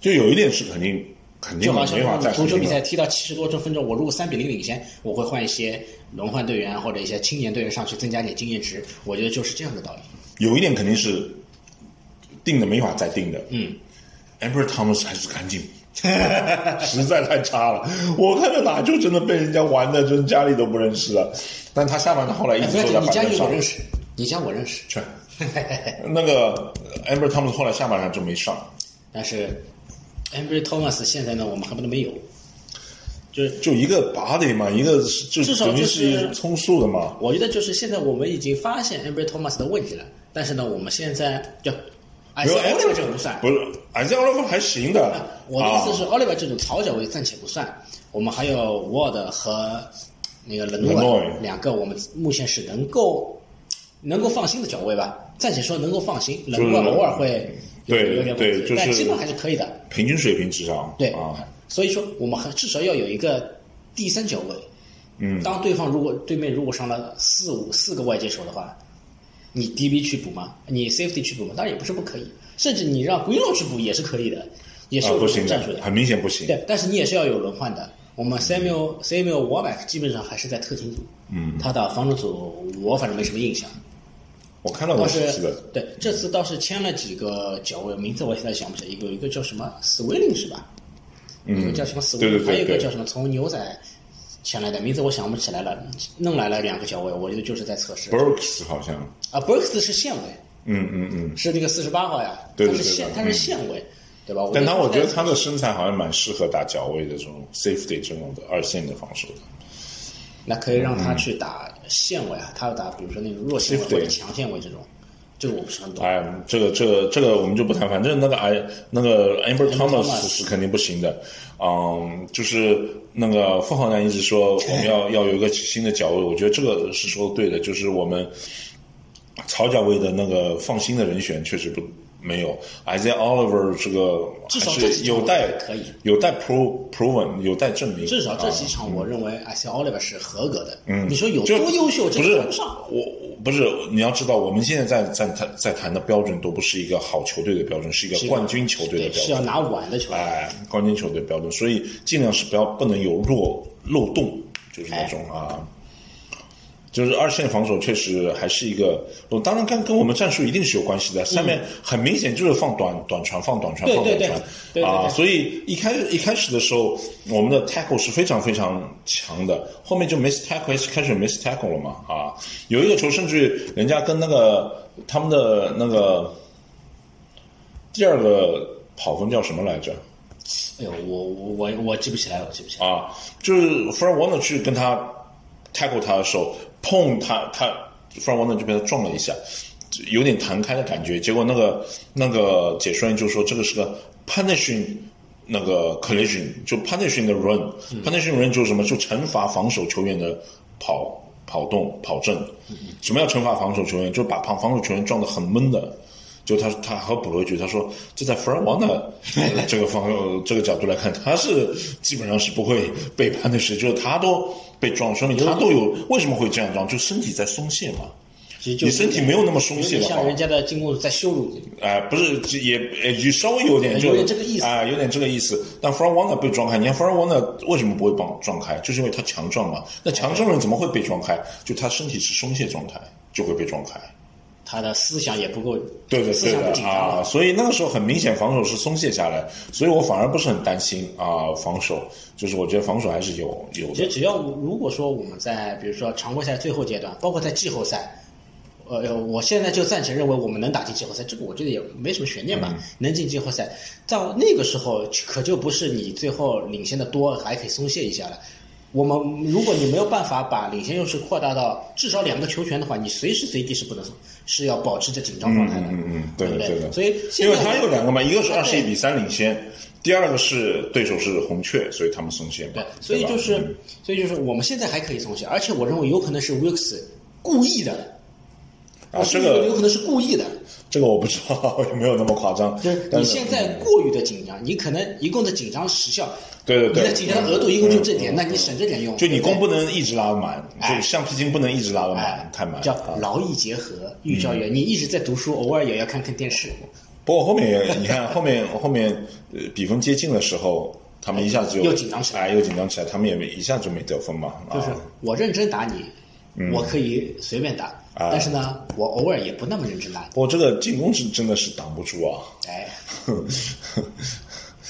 S4: 就有一点是肯定肯定
S3: 就好
S4: 没法
S3: 像
S4: 再
S3: 足球
S4: 肯定
S3: 比
S4: 了
S3: 赛踢到七十多分钟，我如果三比零领先，我会换一些轮换队员或者一些青年队员上去增加点经验值。我觉得就是这样的道理。
S4: 有一点肯定是定的没法再定的。
S3: 嗯
S4: ，Amber Thomas 还是干净， 实在太差了。我看到哪就真的被人家玩的，真家里都不认识了。但他下半场后来一
S3: 哎，不
S4: 直
S3: 要紧，
S4: 坐在
S3: 你
S4: 板
S3: 加
S4: 凳
S3: 一个
S4: 上
S3: 我。认识，你加我认识。
S4: 去那个 Amber Thomas 后来下半场就没上，
S3: 但是 Ambry Thomas 现在呢，我们恨不得没有。就是
S4: 就一个 body 嘛，一个是就
S3: 至少
S4: 等于
S3: 就是
S4: 是充数的嘛。
S3: 我觉得就是现在我们已经发现 Ambry Thomas 的问题了，但是呢，我们现在就安塞
S4: 比如
S3: 奥利
S4: Andrew-
S3: 哎这个不算。
S4: 哎不是，安塞奥利弗还行的。 啊
S3: 我的意思
S4: 哦
S3: 是，奥利弗这种讨角位暂且不算，我们还有沃德和那个伦
S4: 伦
S3: 诺
S4: 诺
S3: 尔两个，我们目前是能够能够放心的角位吧，暂且说能够放心。伦诺尔偶尔会有
S4: 嗯对
S3: 有点
S4: 对
S3: 问题
S4: 就
S3: 但
S4: 是
S3: 基本还是可以的。
S4: 啊平均水平之上。
S3: 对
S4: 啊，
S3: 所以说我们还至少要有一个第三角位。
S4: 嗯
S3: 当对方如果对面如果上了四五四个外接手的话，你 DB 去补吗？你 Safety 去补吗？当然也不是不可以，甚至你让 g r e e n 去补也是可以的，也是
S4: 啊
S3: 有
S4: 不行的
S3: 战术的。，
S4: 很明显不行。
S3: 对，但是你也是要有轮换的。我们 Samuel Samuel Warback 基本上还是在特勤组，
S4: 嗯
S3: 他的防守组我反正没什么印象。
S4: 我看到
S3: 倒
S4: 过几
S3: 是
S4: 次的，
S3: 对这次倒是签了几个角位，名字我现在想不起来，一个有一个叫什么 Swilling 是吧？一个
S4: 嗯，
S3: 叫什么 Swilling，
S4: 对对
S3: 还有一
S4: 对
S3: 个叫
S4: 对，
S3: 什么从牛仔签来的，名字我想不起来了，弄来了两个角位，我觉得就是在测试
S4: Brooks 好像，
S3: 啊。Brooks 是线位，
S4: 嗯嗯嗯，
S3: 是那个四十八号呀，
S4: 对对
S3: 他是
S4: 对
S3: 线，
S4: 对
S3: 他是
S4: 嗯
S3: 线位，对吧？
S4: 但他我觉得
S3: 在
S4: 他的身材好像蛮适合打脚位的这种 safety 这种的二线的防守的。
S3: 那可以让
S4: 嗯
S3: 他去打线位啊，他要打比如说那种弱线位
S4: Shift
S3: 或者强线位这种，这个我不是很懂。
S4: 哎，这个这个这个我们就不谈，反正那个哎那个 Amber
S3: Thomas
S4: Thomas 是肯定不行的，嗯，就是那个付浩南一直说我 们要要有一个新的脚位，我觉得这个是说的对的，就是我们草脚位的那个放心的人选确实不没有，Isaiah Oliver 这个
S3: 至少
S4: 还
S3: 这几
S4: 是
S3: 场
S4: 有待
S3: 可以
S4: 有待 pro proven 有待证明，
S3: 至少这
S4: 啊
S3: 几场，我认为哎 i c Oliver 是合格的。
S4: 嗯
S3: 你说有
S4: 就
S3: 多优秀，这
S4: 不是
S3: 个谈不上。
S4: 我，我不是你要知道，我们现在在在谈在谈的标准都不是一个好球队的标准，是一个
S3: 是一个
S4: 冠军球队的
S3: 对，
S4: 标
S3: 是
S4: 准
S3: 要。拿碗的球员。
S4: 哎，冠军球队标准，所以尽量是不要不能有漏漏洞，就是那种
S3: 哎
S4: 啊，就是二线防守确实还是一个，我当然跟跟我们战术一定是有关系的。上面很明显就是放短短传，放短传，
S3: 嗯对
S4: 放短
S3: 对
S4: 传
S3: 对对对
S4: 啊，
S3: 对
S4: 所以一开一开始的时候，我们的 tackle 是非常非常强的，后面就 miss tackle 开始 miss tackle 了嘛啊，有一个球甚至人家跟那个他们的那个第二个跑分叫什么来着？
S3: 哎呦，我我我我记不起来，我记不起来。
S4: 啊，就是 Frank Warner 去跟他 tackle 他的时候，碰他他 Frank Warner 就被他撞了一下，有点弹开的感觉。结果那个那个解说员就说这个是个 punishing 那个 collision，就 punishing 的 run，punishing、run 就是什么？就惩罚防守球员的跑跑动跑阵。什么叫惩罚防守球员？就把防防守球员撞得很闷的。就他他还补了一句，他说这在弗兰王的 这个方这个角度来看，他是基本上是不会背叛的事，就是他都被撞，说明他都有为什么会这样撞，就身体在松懈嘛。
S3: 其实就
S4: 你身体没有那么松
S3: 有
S4: 懈
S3: 点
S4: 的话
S3: 像，人家的进攻组在羞辱你。
S4: 哎、不是这也也也稍微有点就
S3: 有点这个意思
S4: 啊、有点这个意思。但弗兰王的被撞开，你看弗兰王的为什么不会撞撞开，就是因为他强壮嘛。那强壮人怎么会被撞开？就他身体是松懈状态，就会被撞开。
S3: 他的思想也不够，
S4: 对的，
S3: 思
S4: 对
S3: 想不
S4: 的
S3: 紧张
S4: 啊，
S3: 了。
S4: 所以那个时候很明显防守是松懈下来，所以我反而不是很担心啊、防守就是我觉得防守还是有有
S3: 其实
S4: 的，
S3: 只要如果说我们在比如说常规赛最后阶段，包括在季后赛，呃，呃我现在就暂且认为我们能打进季后赛，这个我觉得也没什么悬念吧。
S4: 嗯
S3: 能进季后赛，到那个时候可就不是你最后领先的多，还可以松懈一下了。我们如果你没有办法把领先优势扩大到至少两个球权的话，你随时随地是不能是要保持着紧张状态的。
S4: 嗯嗯嗯，
S3: 对
S4: 的
S3: 不
S4: 对的，
S3: 所以现
S4: 因
S3: 在
S4: 为他有两个嘛，一个是
S3: 啊
S4: 二十
S3: 对
S4: 一比三领先，第二个是对手是红雀，所以他们松懈嘛，
S3: 对，所以
S4: 吧嗯
S3: 就是，所以就是，我们现在还可以松懈，而且我认为有可能是 Wilkes 故意的，
S4: 啊
S3: 我
S4: 这
S3: 觉得有
S4: 个
S3: 可能是故意的，
S4: 这个我不知道 有没有那么夸张，
S3: 就是
S4: 但
S3: 你
S4: 是
S3: 现在过于的紧张，你可能一共的紧张时效，
S4: 对对对嗯
S3: 你的紧张的额度一共就这点，那你省着点用，
S4: 就你
S3: 对
S4: 弓
S3: 不
S4: 不
S3: 对
S4: 能一直拉得满，
S3: 哎
S4: 就橡皮筋不能一直拉得满
S3: 哎，
S4: 太满
S3: 叫
S4: 啊
S3: 劳逸结合，寓教于乐。你一直在读书，偶尔也要看看电
S4: 啊
S3: 视，
S4: 不过后面也，你看后面后面呃比分接近的时候，他们一下子就
S3: 又紧张起来
S4: 哎，又紧张起来，他们也没一下就没得分嘛，
S3: 就是
S4: 啊、
S3: 我认真打你，
S4: 嗯
S3: 我可以随便打，
S4: 哎
S3: 但是呢，我偶尔也不那么认真打你，
S4: 不过这个进攻是真的是挡不住啊，
S3: 哎，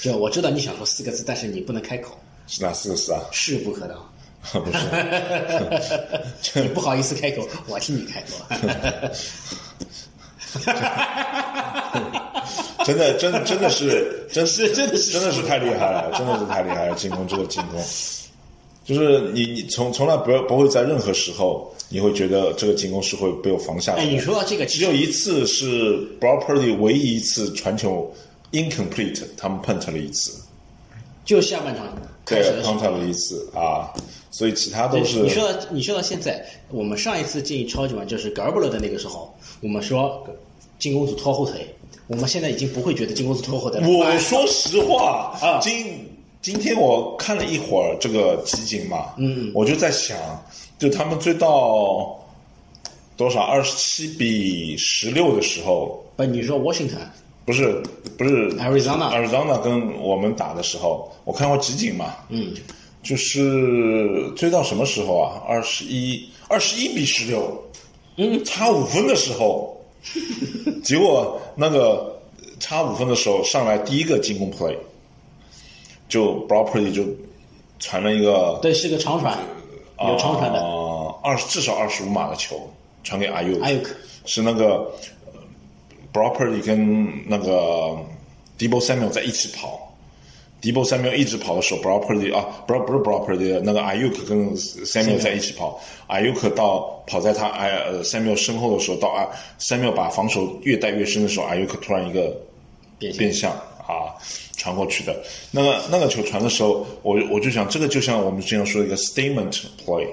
S3: 就我知道你想说四个字，但是你不能开口。
S4: 是哪四个四啊？
S3: 势不可挡。
S4: 啊不是，
S3: 你不好意思开口，我替你开口。
S4: 真的真真的 是真是
S3: 真的是
S4: 真的是太厉害了，真的是太厉害了，进攻这个进攻，就是你你从从来不要不会在任何时候你会觉得这个进攻是会被我防下来的。
S3: 哎，你说到这个，其
S4: 只有
S3: 实
S4: 一次是 b r o p e r l y 唯一一次传球 incomplete，他们 punt 了一次，
S3: 就下半场开
S4: 对
S3: 始的时候
S4: ，punt 了一次啊，所以其他都是
S3: 你说到你说到现在，我们上一次进超级碗就是 Garbler 的那个时候，我们说进攻组拖后腿，我们现在已经不会觉得进攻组拖后腿了。
S4: 我说实话
S3: 啊
S4: 今今天我看了一会儿这个集锦嘛，嗯，我就在想，就他们追到多少二十七比十六的时候，
S3: 不，呃你说 Washington
S4: 不是不是
S3: Arizona
S4: Arizona 跟我们打的时候，我看过集锦嘛，嗯，就是追到什么时候啊？二十一二十一比十六，嗯，差五分的时 候，结果那个差五分的时候上来第一个进攻 play，就 b r o p e r l y 就传了一个
S3: 对是个长传，有长传的，
S4: 呃二十至少二十五码的球传给阿尤
S3: 阿尤克
S4: 是那个 b r o p e r l y 跟那个 Debo Samuel 在一起跑。Debo Samuel 一直跑的时候 b r o p e r l y 啊，不是不是 b r o p e r l y 那个 Ayuk 跟 Samuel 在一起跑，Ayuk 到跑在他哎呃 Samuel 身后的时候，到啊 Samuel 把防守越带越深的时候，Ayuk 突然一个
S3: 变形
S4: 变向啊传过去的。那个那个球传的时候，我我就想，这个就像我们之前说的一个 statement play。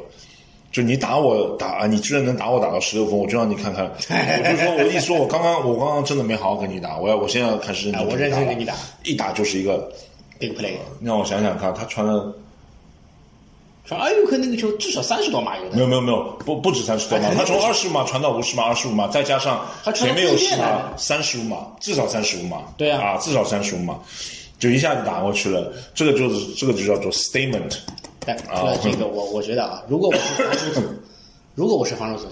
S4: 就你打我打啊，你居然能打我打到十六分，我就让你 看看。我就说，我一说，我刚刚我刚刚真的没好好跟你打，我要我现在要开始认真
S3: 哎我
S4: 跟你
S3: 认真跟你
S4: 打
S3: 打
S4: 了，一打就是一个。
S3: big play。
S4: 让我想想看，他传了
S3: 说阿尤克那个球至少三十多码有
S4: 没
S3: 的，
S4: 有没有没有，不不止三十多码，
S3: 哎
S4: 他从二十码传到五十码，二十五码，再加上
S3: 他传
S4: 前
S3: 到
S4: 面有
S3: 对
S4: 十
S3: 面来
S4: 码
S3: 了，
S4: 三十五码，至少三十五码。
S3: 对啊
S4: 啊，至少三十五码，就一下子打过去了。这个就是这个就叫做 statement。
S3: 但哎
S4: 啊
S3: 说到这个，我我觉得啊，如果我是防守组，如果我是防守组，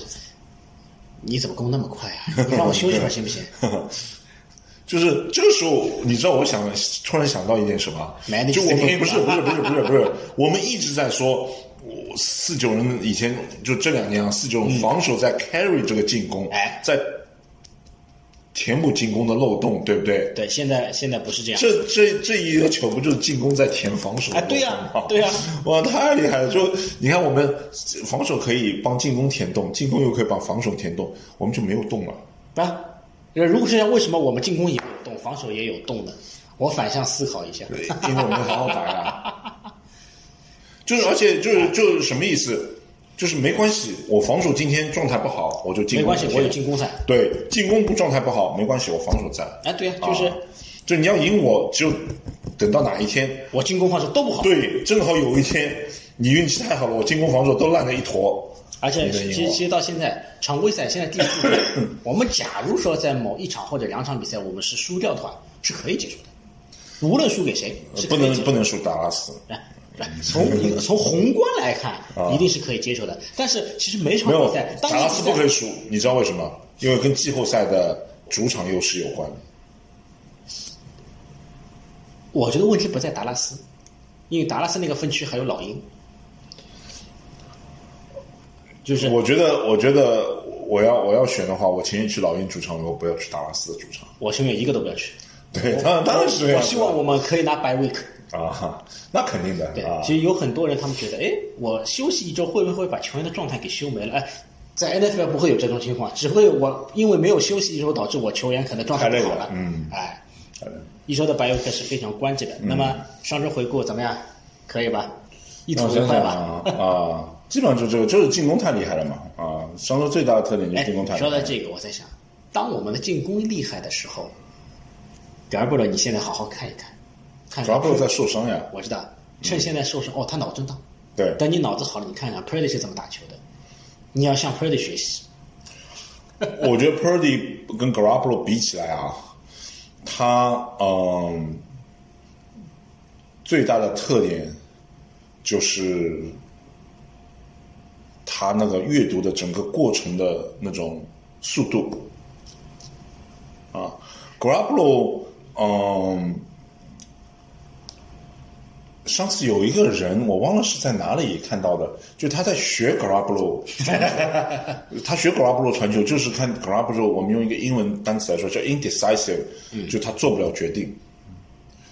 S3: 你怎么攻那么快啊？你让我休息会儿行不行？
S4: 就是这个时候，你知道，我想突然想到一点什么
S3: Manage？
S4: 就我们不是不是不是不是不是，我们一直在说，我四九人以前就这两年啊，四九人防守在 carry 这个进攻，
S3: 嗯哎
S4: 在填补进攻的漏洞，对不对？
S3: 对，现在现在不是这样，
S4: 这这这一个球不就是进攻在填防守的
S3: 哎对呀
S4: 漏洞吗
S3: 对呀
S4: 哇， 太厉害了！就你看，我们防守可以帮进攻填洞，进攻又可以帮防守填洞，我们就没有洞了。
S3: 啊，如果是这样，为什么我们进攻也有动，防守也有动呢？我反向思考一下，
S4: 对，因为我们好好打呀。就是，而且就是就是什么意思？就是没关系，我防守今天状态不好，我就进
S3: 没
S4: 攻。
S3: 关系，我有进。攻赛。
S4: 对，进攻不状态不好没关系，我防守在。
S3: 哎，对呀、就是、
S4: 啊就你要赢我，只有等到哪一天，
S3: 我进攻防守都不好，
S4: 对，正好有一天你运气太好了，我进攻防守都烂了一坨。
S3: 而且
S4: 你能赢
S3: 其实
S4: 我
S3: 其实到现在常规赛现在第四轮，我们假如说在某一场或者两场比赛我们是输掉的话，是可以结束的，无论输给谁是可
S4: 呃不
S3: 以
S4: 能
S3: 结束的
S4: 不能输达拉斯，
S3: 哎哎从一个从宏观来看
S4: 啊，
S3: 一定是可以接受的。但是其实每场
S4: 没有
S3: 比赛，当
S4: 达拉
S3: 你
S4: 斯
S3: 比赛
S4: 不可以输，你知道为什么？因为跟季后赛的主场优势有关。
S3: 我觉得问题不在达拉斯，因为达拉斯那个分区还有老鹰，就是
S4: 我觉得，我觉得我要我要选的话，我情愿去老鹰主场，我不要去达拉斯的主场。
S3: 我情愿一个都不要去。
S4: 对，当然当然是这
S3: 我
S4: 样子。
S3: 希望我们可以拿 by week。
S4: 啊，哈那肯定的
S3: 对，
S4: 啊。
S3: 其实有很多人他们觉得，哎，我休息一周会不会把球员的状态给修没了？哎，在 NFL 不会有这种情况，只会我因为没有休息一周，导致我球员可能状态不好
S4: 太累了嗯，
S3: 哎，一周的 by week 是非常关键的。那
S4: 嗯
S3: 么上周回顾怎么样？可以吧？一吐
S4: 那我
S3: 为
S4: 想
S3: 快
S4: 想
S3: 吧？
S4: 啊啊，基本上就这个，就是进攻太厉害了嘛啊。上周最大的特点就是
S3: 哎
S4: 进攻太，厉
S3: 说
S4: 害了。
S3: 到这个，我在想，当我们的进攻厉害的时候，表布勒，你现在好好看一看，看
S4: 主
S3: 看
S4: 要不是在嗯受伤呀，
S3: 我知道，趁现在受伤、哦，他脑震荡。
S4: 对
S3: 等你脑子好了，你看看 Purdy 是怎么打球的，你要向 Purdy 学习。
S4: 我觉得 Purdy 跟 Garoppolo 比起来啊，他嗯最大的特点就是他那个阅读的整个过程的那种速度啊，Garoppolo 嗯。上次有一个人，我忘了是在哪里看到的，就他在学 Garoppolo 他学 Garoppolo 传球，就是看
S3: 嗯
S4: Garoppolo，我们用一个英文单词来说叫 indecisive，、就他做不了决定。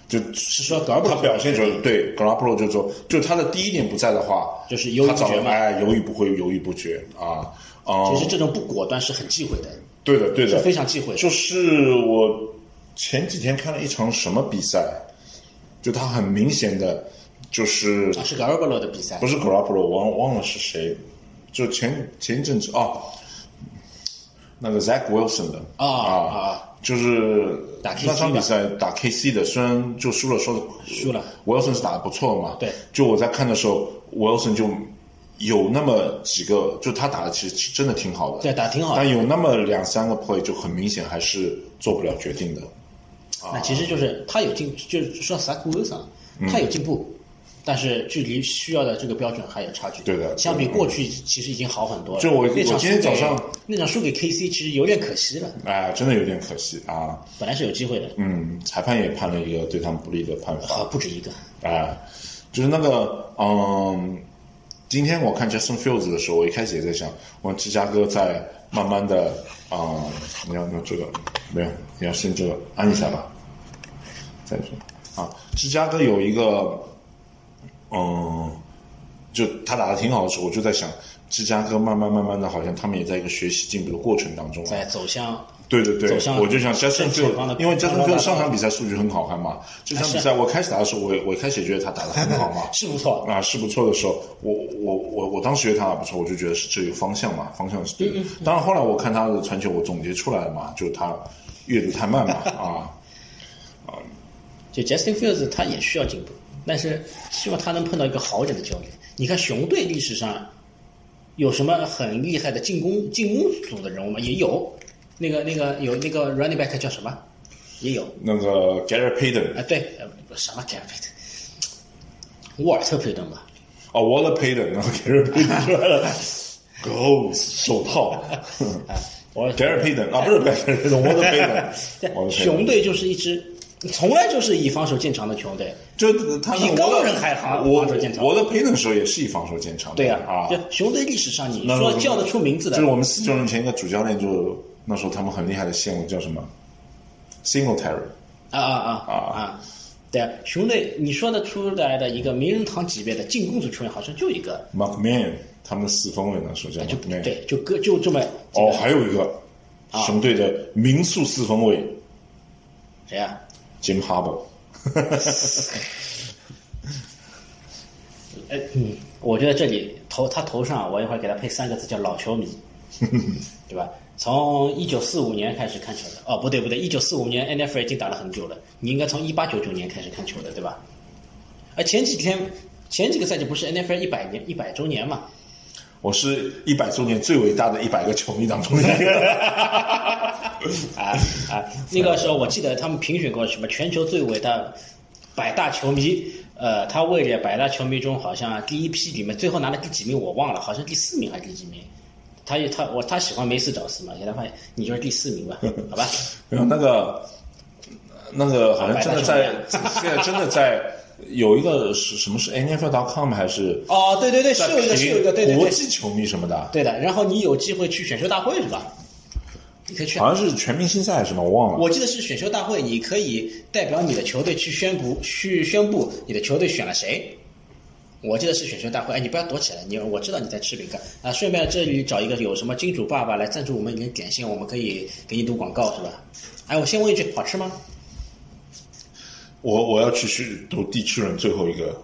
S4: 就是
S3: 说格拉布
S4: 他
S3: 罗
S4: 表现就是对格拉布罗就是说，就是他的第一点不在的话，
S3: 就是犹豫不决
S4: 他早
S3: 嘛
S4: 哎，犹豫不会，犹豫不决啊啊！
S3: 其实这种不果断是很忌讳的，
S4: 对的，对
S3: 是
S4: 的，
S3: 非常忌讳的。
S4: 就是我前几天看了一场什么比赛，就他很明显的就是
S3: 啊，是 g a r b a l o 的比赛
S4: 不，是 g r a p p l o 忘忘了是谁，就前前一阵子哦，那个 Zach Wilson 的
S3: 啊啊
S4: 啊，就是
S3: 打 KC
S4: 那场比赛打 KC 的，虽然就输了，说
S3: 输了
S4: ，Wilson 是打的不错嘛，
S3: 对
S4: 就我在看的时候，Wilson 就有那么几个，就他打的其实真的挺好的，
S3: 对，打得挺好的
S4: 但。有那么两三个 play 就很明显还是做不了决定的。
S3: 那啊其实就是他有进，就是说 s a k u 上，啊
S4: 嗯
S3: 他有进步，但是距离需要的这个标准还有差距。
S4: 对的
S3: 相比
S4: 对的
S3: 过去其实已经好很多了。
S4: 就我
S3: 那场
S4: 我今天
S3: 输给
S4: 早上
S3: 那场输给 KC 其实有点可惜了，
S4: 哎，真的有点可惜啊！
S3: 本来是有机会的，
S4: 嗯，裁判也判了一个对他们不利的判罚
S3: 啊，不止一个。
S4: 啊，就是那个嗯，今天我看 Justin Fields 的时候，我一开始也在想，我芝加哥在慢慢的啊、嗯你要你要这个没有，你要先这个按一下吧，再说啊，芝加哥有一个嗯，就他打的挺好的时候，我就在想。芝加哥慢慢慢慢的，好像他们也在一个学习进步的过程当中啊。
S3: 在哎走向
S4: 对对对
S3: 走，向
S4: 我就想
S3: 正
S4: Justin
S3: 前方的
S4: Field，因为
S3: 中
S4: Justin
S3: 国大
S4: Field
S3: 道
S4: 上场比赛数据很好看嘛。这场比赛我开始打的时候，我我一开始也觉得他打的很好嘛，
S3: 是不错，
S4: 啊是不错的时候，我我我我当时觉得他打不错，我就觉得是这个方向嘛，方向是
S3: 嗯
S4: 对的。当然后来我看他的传球，我总结出来了嘛，就是他阅读太 慢嘛啊，
S3: 就 Justin Fields 他也需要进步，但是希望他能碰到一个好一点的教练。你看熊队历史上有什么很厉害的进攻进攻组的人物吗？也有，那个那个有那个 running back 叫什么？也有
S4: 那个 Gary Payton
S3: 啊，对，呃不什么 Gary Payton，沃尔特佩顿吧，
S4: 哦 Waller Payton，然后 Gary Payton 出来了，Goals 手套
S3: 沃尔特
S4: ，Gary Payton 啊不是不是 Waller Payton，
S3: 熊队就是一支从来就是以防守见长的球队，
S4: 就他
S3: 比高人还好
S4: 啊我
S3: 防守见长
S4: 我的 Payton 的时候也是以防守见长的，
S3: 对呀、
S4: 啊
S3: 就，熊队历史上你
S4: 那
S3: 说
S4: 那
S3: 叫得出名字的，
S4: 就是我们四九年前一个主教练就那时候他们很厉害的线路叫什么？Singletary
S3: 啊啊啊啊！对啊，熊队你说得出来的一个名人堂级别的进攻组球员，好像就一个，
S4: McMahon 他们的四分卫那时候叫
S3: 啊就
S4: McMahon
S3: 对，啊就哥就这么几
S4: 哦，
S3: 个
S4: 还有一个熊队的名宿四分卫
S3: 谁啊？
S4: Jim Harbaugh，
S3: 哎，嗯，我觉得这里头他头上，我一会儿给他配三个字叫老球迷，对吧？从一九四五年开始看球的，哦，不对不对，一九四五年 NFL 已经打了很久了，你应该从一八九九年开始看球的，对吧？哎，前几天前几个赛季不是 NFL 一百年一百周年嘛？
S4: 我是一百周年最伟大的一百个球迷当中的一 个，
S3: 啊啊！那个时候我记得他们评选过什么全球最伟大百大球迷，呃，他位列百大球迷中好像第一批里面最后拿了第几名我忘了，好像第四名还是第几名。他也他我他喜欢梅斯找斯嘛，给他发现你就是第四名 吧，好吧？
S4: 然后那个那个好像真的在现在真的在有一个是什么是 NFL.com 还是
S3: 哦，对对对，是
S4: 在
S3: 有一个是有一个，对对
S4: 国
S3: 对，
S4: 际球迷什么的，啊
S3: 对的。然后你有机会去选秀大会是吧？你可以去
S4: 好像是全明星赛什么，我忘了。
S3: 我记得是选秀大会，你可以代表你的球队去宣布，去宣布你的球队选了谁。我记得是选秀大会，哎，你不要躲起来，你我知道你在吃饼干啊。顺便这里找一个有什么金主爸爸来赞助我们一点点心，我们可以给你读广告是吧？哎，我先问一句，好吃吗？
S4: 我我要去去读第七轮最后一个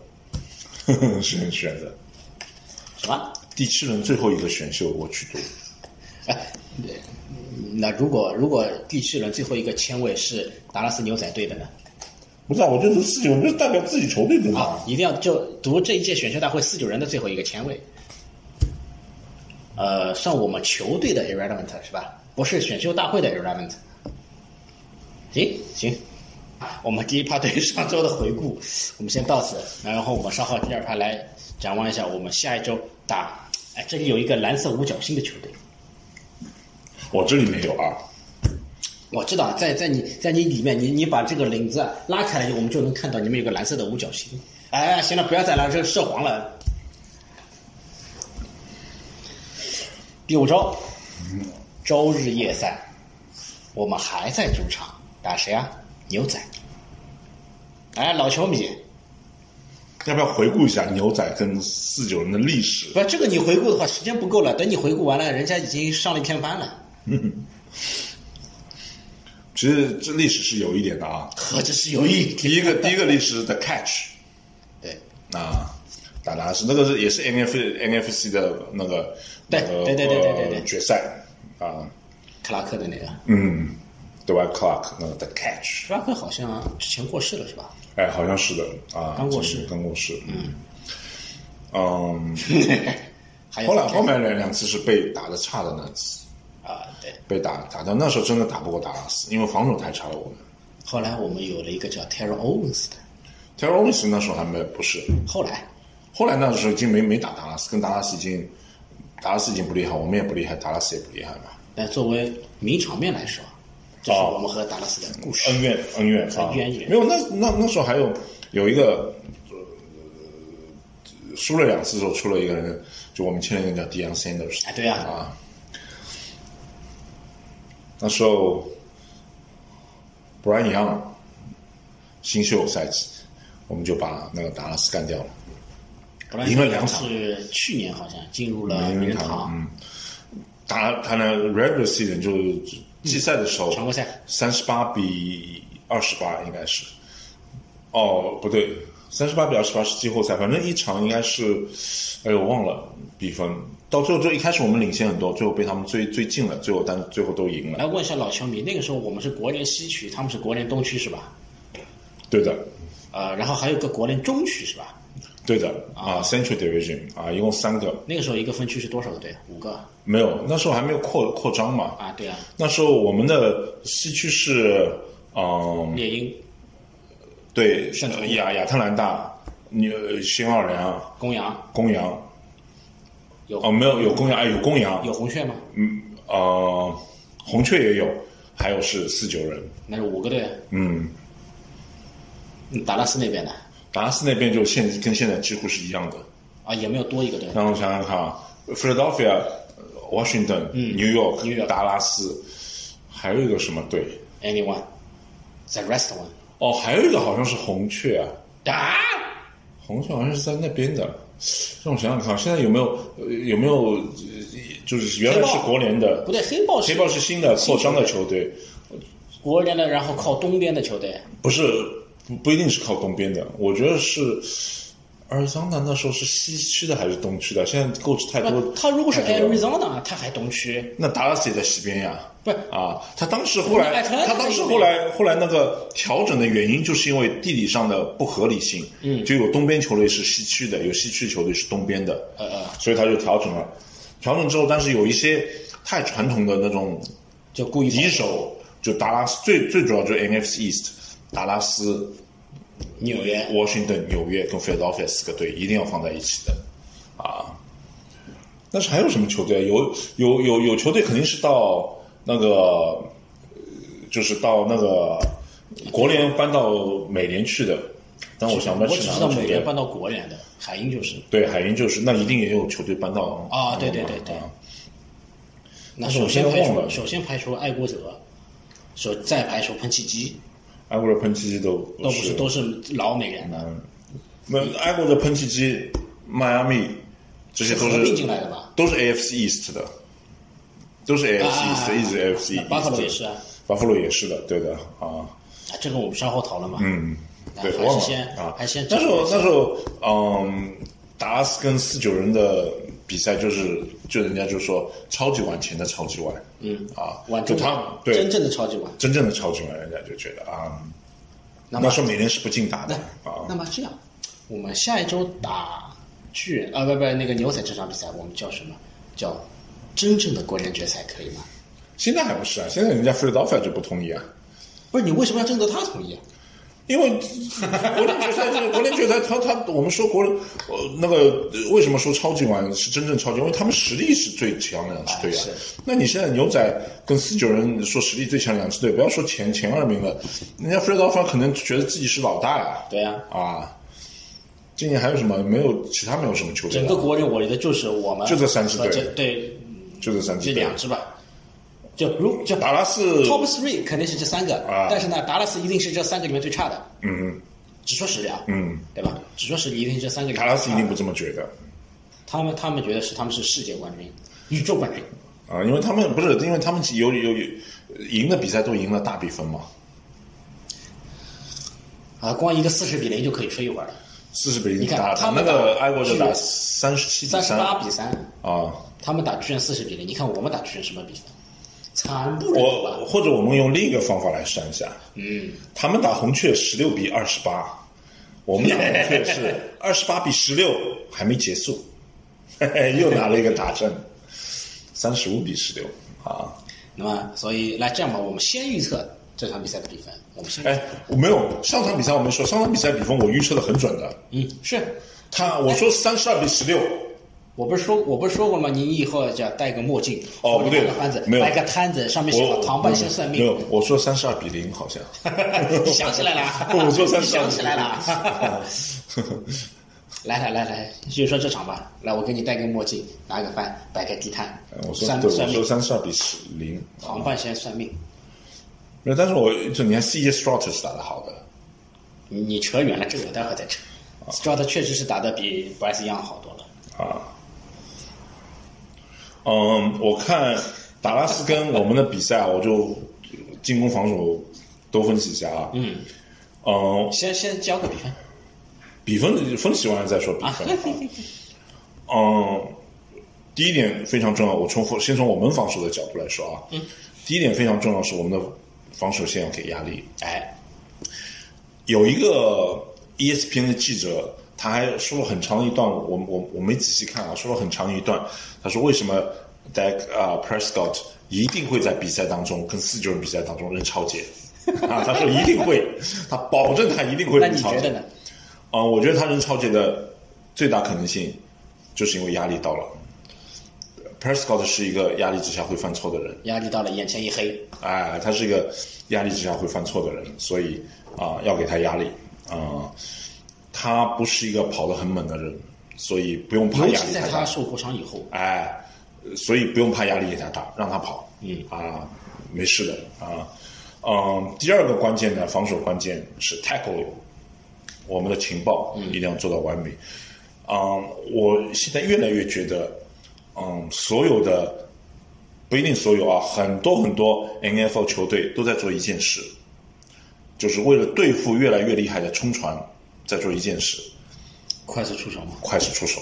S4: 选选的，
S3: 什么？
S4: 第七轮最后一个选秀我去读。
S3: 哎，嗯那如果如果第七轮最后一个签位是达拉斯牛仔队的呢？
S4: 不是、啊，我就是自己，我就是代表自己球队读
S3: 啊
S4: 啊。，
S3: 一定要就读这一届选秀大会四九人的最后一个前卫，呃，算我们球队的 irrelevant 是吧？不是选秀大会的 irrelevant。行行，我们第一趴对于上周的回顾，我们先到此，然后我们稍后第二趴来展望一下我们下一周打。哎，这里有一个蓝色五角星的球队，
S4: 我这里没有啊，
S3: 我知道，在在你在你里面，你你把这个领子啊拉开来，我们就能看到你们有个蓝色的五角星。哎，行了，不要再拉，这涉黄了。第五周，周日夜赛，我们还在主场打谁啊？牛仔。哎，老球迷，
S4: 要不要回顾一下牛仔跟四九人的历史？
S3: 不，这个你回顾的话时间不够了，等你回顾完了，人家已经上了一篇班了。
S4: 其实这历史是有一点的啊。
S3: 何止是有一
S4: 第一个第一个历史的 catch
S3: 对
S4: 啊，打达是那个是也是 NF NFC 的那个
S3: 对
S4: 那个
S3: 对对对对对对
S4: 呃决赛啊，
S3: 克拉克的那个，
S4: 嗯，对吧？Clark 那个的 catch，
S3: 克拉克好像之前过世了是吧？
S4: 哎，好像是的啊，
S3: 刚过世
S4: 刚过世，嗯嗯，
S3: 还有
S4: 后来后面两两次是被打的差的那次，
S3: 啊，对，
S4: 被打打掉，那时候真的打不过达拉斯，因为防守太差了我们。
S3: 后来我们有了一个叫 Terry Owens 的，
S4: t e r r o r i s 那时候还没有不是，
S3: 后来
S4: 后来那时候已经没没打达拉斯，跟达拉斯已经达拉斯已经不厉害，我们也不厉害，达拉斯也不厉害嘛。
S3: 但呃作为名场面来说，啊这是
S4: 哦
S3: 我们和达拉斯的故事。
S4: 恩怨恩怨啊，
S3: 恩怨
S4: 没有那那那时候还有有一个、呃、输了两次之后出了一个人，就我们签了一个叫 Dion Sanders
S3: 哎，对呀、
S4: 啊，那时候 Brian Young 新秀赛季，我们就把那个达拉斯干掉了。
S3: 布莱恩
S4: 赢了两场
S3: 是去年好像进入了名人堂，
S4: 嗯，打他呢 regular season 就是季赛的时候，
S3: 常规赛
S4: 三十八比二十八应该是，哦不对，三十八比二十八是季后赛，反正一场应该是，哎呦忘了比分，到最后就一开始我们领先很多，最后被他们追追进了，最后但最后都赢
S3: 来
S4: 了，
S3: 问一下老球迷，那个时候我们是国联西区，他们是国联东区是吧？
S4: 对的。
S3: 呃，然后还有个国联中区是吧？
S4: 对的啊，Central Division 啊，一共三个，
S3: 那个时候一个分区是多少个队？啊五个
S4: 没有，那时候还没有扩扩张嘛。
S3: 啊？对啊，
S4: 那时候我们的西区是，嗯，
S3: 猎鹰、
S4: 对，
S3: 圣徒
S4: 呃亚亚特兰大、你呃新奥尔良、
S3: 公羊
S4: 公羊，
S3: 有、
S4: 哦，没有有公羊，哎，有公羊，
S3: 有红雀吗？
S4: 嗯呃，红雀也有，还有是四九人，
S3: 那是五个队啊。
S4: 嗯，
S3: 嗯达拉斯那边的
S4: 达拉斯那边就现跟现在几乎是一样的。
S3: 啊，也没有多一个队。
S4: 让我想想看啊，Philadelphia、Washington、New York、
S3: 嗯 New York
S4: 达拉斯，还有一个什么队？
S3: Anyone，the rest one
S4: 哦，还有一个好像是红雀啊，
S3: 啊？
S4: 红雀好像是在那边的。让我想想看啊，现在有没有呃有没有呃就是原来是
S3: 黑豹
S4: 国联的
S3: 不对，黑豹是
S4: 黑豹是新的扩张的球队，
S3: 国联的，然后靠东边的球队。
S4: 不是不不一定是靠东边的，我觉得是尔桑那那时候是西区的还是东区的？现在 coach 太多
S3: 不，，他如果是
S4: 太多了
S3: Arizona，他还东区。
S4: 那达拉斯也在西边呀。
S3: 不哎
S4: 啊，他当时后来，
S3: 艾特兰
S4: 他
S3: 大
S4: 当时
S3: 也
S4: 后来后来那个调整的原因，就是因为地理上的不合理性，嗯，就有东边球队是西区的，有西区球队是东边的，
S3: 呃呃，
S4: 所以他就调整了。调整之后，但是有一些太传统的那种
S3: 就故意
S4: 敌手就达拉斯，最最主要就是 NFC East，达拉斯、
S3: 纽约。
S4: Washington、纽约跟 Philadelphia 四个队一定要放在一起的啊。但是还有什么球队？啊有有有有球队肯定是到那个，呃就是到那个国联搬到美联去的。但我想不
S3: 我
S4: 到
S3: 只
S4: 是
S3: 知
S4: 哪
S3: 道
S4: 个
S3: 美
S4: 球
S3: 联
S4: 队。
S3: 搬到国联的，海鹰就是。
S4: 对，海鹰就是那一定也有球队搬到
S3: 啊对对对对
S4: 啊
S3: 那
S4: 但是
S3: 首
S4: 我
S3: 先
S4: 现在
S3: 排
S4: 忘
S3: 除
S4: 了
S3: 首先排除爱国者，首再排除喷气机，
S4: 埃国的喷气机都
S3: 都不是都是老美人的，
S4: 那埃国的喷气机、迈阿密，这些都
S3: 合并进
S4: 是
S3: 来的吧？
S4: 都是 AFC East 的，都是 AFC
S3: 啊
S4: East，、一直 AFC
S3: 那
S4: East。
S3: 巴特勒也是啊，
S4: 巴夫洛也是的，对的啊，
S3: 啊这个我们稍后讨论吧。嗯，
S4: 对，
S3: 还
S4: 忘
S3: 是
S4: 了
S3: 先
S4: 啊，
S3: 还是先
S4: 那时候
S3: 讲一下
S4: 那时候，嗯，达拉斯跟四九人的比赛就是，就人家就说超级碗前的超级碗，嗯啊，
S3: 晚
S4: 就
S3: 中
S4: 他对
S3: 真正的超级碗。
S4: 真正的超级碗，人家就觉得啊，
S3: 那
S4: 那
S3: 么
S4: 时候每年是不 进打的啊
S3: 那，么这样，我们下一周打巨人啊，不不，那个牛仔这场比赛我们叫什么？叫真正的国联决赛可以吗？
S4: 现在还不是啊，现在人家 f r e d o f i a 就不同意啊。
S3: 不是你为什么要征得他同意啊？
S4: 因为国联决赛就是国联决赛，他他我们说国联呃那个呃为什么说超级碗是真正超级碗？因为他们实力是最强的两支队啊
S3: 哎是。
S4: 那你现在牛仔跟四九人说实力最强的两支队，不要说前前二名了，人家 Fred o f f 可能觉得自己是老大呀。
S3: 对呀、
S4: 啊，今年还有什么？没有其他没有什么球队啊
S3: 整个
S4: 了，
S3: 国人，我觉得就是我们
S4: 就这三支
S3: 和
S4: 队
S3: 这嗯对，
S4: 就这三支
S3: 这
S4: 队。
S3: 两支吧。就如就
S4: 达拉斯
S3: top three 肯定是这三个，
S4: 啊
S3: 但是呢，达拉斯一定是这三个里面最差的。嗯，只说实力啊，
S4: 嗯，
S3: 对吧？只说实力，一定这三个里面
S4: 卡拉斯一定不这么觉得
S3: 他们他们觉得是他们是世界冠军、宇宙冠军，
S4: 啊，因为他们不是，因为他们有有有赢的比赛都赢了大比分嘛，
S3: 啊，光一个四十比零就可以吹一会儿了，
S4: 四十比零
S3: 你看
S4: 打
S3: 他
S4: 那
S3: 们
S4: 个
S3: 打
S4: 埃国就打
S3: 是
S4: 三十七比
S3: 三十
S4: 三
S3: 八比三，
S4: 啊。
S3: 他们打巨人四十比零，你看我们打巨人什么比分？惨不忍睹啊
S4: 我！或者我们用另一个方法来算一下，
S3: 嗯，
S4: 他们打红雀十六比二十八，我们打红雀 是二十八比十六，还没结束，嘿嘿，又拿了一个大胜，三十五比十六啊！
S3: 那么所以来这样吧，我们先预测这场比赛的比分，我们先
S4: 哎，我没有上场比赛我没说，上场比赛比分我预测的很准的，
S3: 嗯是。
S4: 他我说三十二比十六，
S3: 我不是说我不是说过了吗？你以后要戴个墨镜，或
S4: 哦
S3: 者
S4: 不对
S3: 拿个摊子，
S4: 没有
S3: 摆个摊子，上面写
S4: 我
S3: 个“唐半仙算
S4: 没
S3: 命
S4: 有，我说三十二比零好像，”，哎
S3: 你想起来 了？
S4: 我说三
S3: 你
S4: 十二，
S3: 想起来了。 来来来来，就说这场吧。来，我给你戴个墨镜，拿个饭，摆个地摊，
S4: 哎我说
S3: 算
S4: 对，我
S3: 算
S4: 说
S3: 命，
S4: 三十二比十零，啊
S3: 唐半仙算命。
S4: 没有，但是我就你看 CJ Stroud 是打得好的，
S3: 你你扯远了，这个我待会儿再扯。s
S4: 啊
S3: t r o u d 确实是打得比 Bryce Young 好多了。
S4: 嗯，我看达拉斯跟我们的比赛啊，我就进攻防守都分析一下啊。嗯，嗯，
S3: 先先交个比分，
S4: 比分分析完了再说比分。 啊、嗯，第一点非常重要，我重复，先从我们防守的角度来说啊。嗯，第一点非常重要是我们的防守线要给压力。
S3: 哎，
S4: 有一个 E ESPN 的记者，他还说了很长一段，我我我没仔细看啊，说了很长一段，他说为什么 Dak 啊、Prescott 一定会在比赛当中跟四九人比赛当中扔超节 啊，他说一定会，他保证他一定会
S3: 那
S4: 扔
S3: 你
S4: 超
S3: 觉
S4: 节
S3: 得。呢？
S4: 啊、我觉得他扔超节的最大可能性，就是因为压力到了。Prescott 是一个压力之下会犯错的人，
S3: 压力到了，眼前一黑，
S4: 哎，他是一个压力之下会犯错的人，所以啊、要给他压力啊、他不是一个跑得很猛的人，所以不用怕
S3: 尤
S4: 压
S3: 其
S4: 力
S3: 在
S4: 太
S3: 他
S4: 大。
S3: 受过伤以后，
S4: 哎，呃所以不用怕压力给他大，让他跑，嗯啊，没事的啊。嗯，第二个关键呢，防守关键是 tackle，我们的情报一定要做到完美。嗯，我现在越来越觉得，嗯，所有的不一定所有啊，很多很多 N F L 球队都在做一件事，就是为了对付越来越厉害的冲传，在做一件事，
S3: 快速出手嘛。
S4: 快速出手，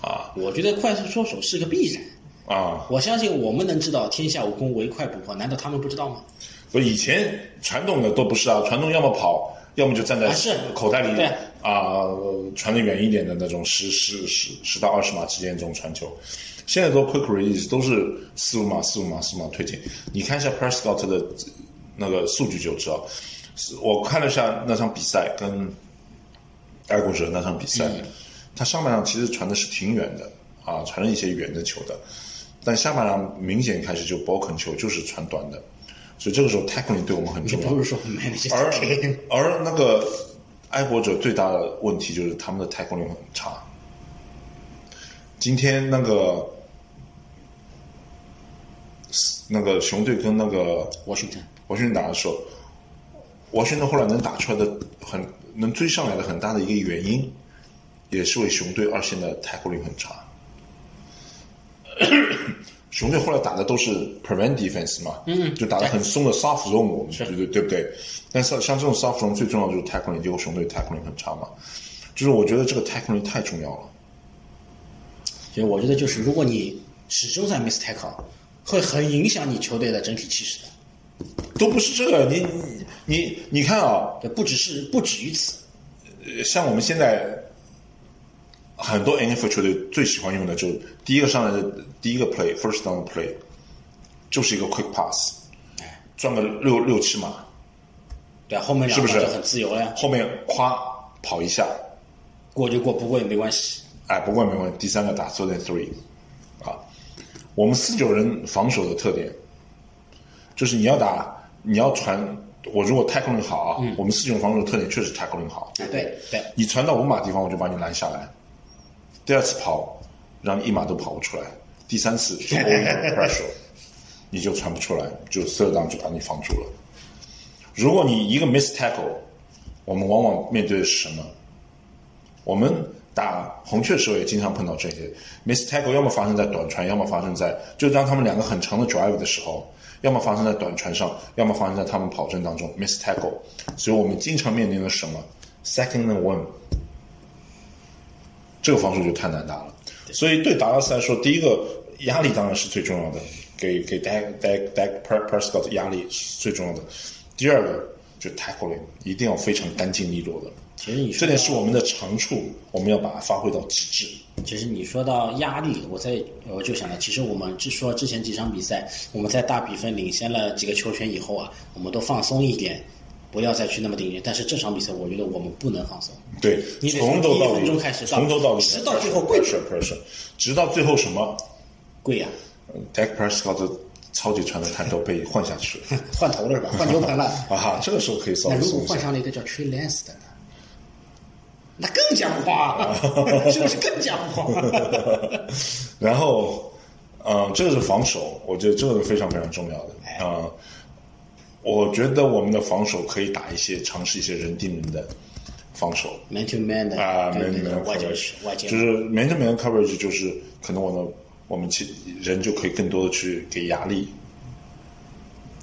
S4: 啊
S3: 我觉得快速出手是个必然。
S4: 啊！
S3: 我相信我们能知道天下武功唯快不破，难道他们不知道吗？
S4: 不，以前传统的都不是啊，传统要么跑，要么就站在
S3: 啊是
S4: 口袋里
S3: 对
S4: 啊、传的远一点的那种十十十十到二十码之间这种传球。现在都 quick release 都是四五码、四五码、四五码推进。你看一下 Prescott 的那个数据就知道。是我看了一下那场比赛跟爱国者那场比赛，
S3: 嗯
S4: 他上半场其实传的是挺远的啊，传了一些远的球的，但下半场明显开始就包啃球，就是传短的，所以这个时候 tackling 对我们很
S3: 你
S4: 重要
S3: 不。是说 manage
S4: 而
S3: the game
S4: 而那个爱国者最大的问题就是他们的太空力很差。今天那个那个熊队跟那个
S3: 我去看，
S4: 华盛顿打的时候，华盛顿后来能打出来的很能追上来的很大的一个原因，也是为熊队二线的 tackling 很 差。熊队后来打的都是 prevent defense 嘛，嗯，就打的很松的 soft zone，我们对对对不对？但是像这种 soft zone 最重要的就是 tackling，结果熊队 tackling 很差嘛，就是我觉得这个 tackling 太重要了。
S3: 所以我觉得就是，如果你始终在 miss tackle，会很影响你球队的整体气势的。
S4: 都不是这个，你你你你看啊，
S3: 对，不只是不止于此，
S4: 像我们现在很多 NFL 球队最喜欢用的就是第一个上来的第一个 play first down play，就是一个 quick pass，转个六六七码，
S3: 对，后面两
S4: 是不
S3: 个
S4: 是
S3: 就很自由了呀，
S4: 后面夸跑一下，
S3: 过就过，不过也没关系。
S4: 哎，不过没问题。第三个打 third and three，啊，我们四九人防守的特点就是你要打，你要传。我如果 tackling 好啊，我们四九人防守的特点确实 tackling 好，
S3: 哎对对，
S4: 你传到五码地方，我就把你拦下来。第二次跑，让你一码都跑不出来。第三次就 over pressure，你就传不出来，就 third down 就把你防住了。如果你一个 miss tackle，我们往往面对的是什么？我们打红雀的时候也经常碰到这些 miss tackle，要么发生在短传，要么发生在就当他们两个很长的 drive 的时候，要么发生在短传上，要么发生在他们跑阵当中 miss tackle。所以我们经常面临的是什么？second and one，这个防守就太难打了。所以对达拉斯来说，第一个压力当然是最重要的，给给 Dak Dak Dak Per Prescott 压力是最重要的。第二个就 tackling 一定要非常干净利落的。
S3: 其实你
S4: 这
S3: 说
S4: 点
S3: 到
S4: 是我们的长处，我们要把它发挥到极致。
S3: 其实你说到压力，我在我就想到，其实我们之说之前几场比赛，我们在大比分领先了几个球权以后啊，我们都放松一点，不要再去那么顶但是这场比赛，我觉得我们不能放松。
S4: 对，
S3: 你得从
S4: 从头
S3: 第一
S4: 到
S3: 分钟
S4: 尾
S3: 开始，到
S4: 从头到尾，
S3: 直到最后跪
S4: pressure pressure，直到最后什么
S3: 贵啊呀、
S4: ，Dak Prescott 的超级传的弹头被换下去了
S3: 换头了是吧？换牛棚了。
S4: 啊哈，这个时候可以稍
S3: 那
S4: 微
S3: 如
S4: 松
S3: 果
S4: 一
S3: 换
S4: 下。
S3: 上了一个叫 Trey Lance 的呢？那更加不慌 啊，是不是更加不慌啊？
S4: 然后，呃，这个是防守，我觉得这个是非常非常重要的
S3: 哎
S4: 啊、呃我觉得我们的防守可以打一些尝试一些人盯人的防守，
S3: man to man 的
S4: 啊，没
S3: 对对
S4: 没
S3: 对
S4: 有
S3: 外接
S4: coverage
S3: 外接
S4: 就是 man to man coverage，就是可能我们我们其人就可以更多的去给压力，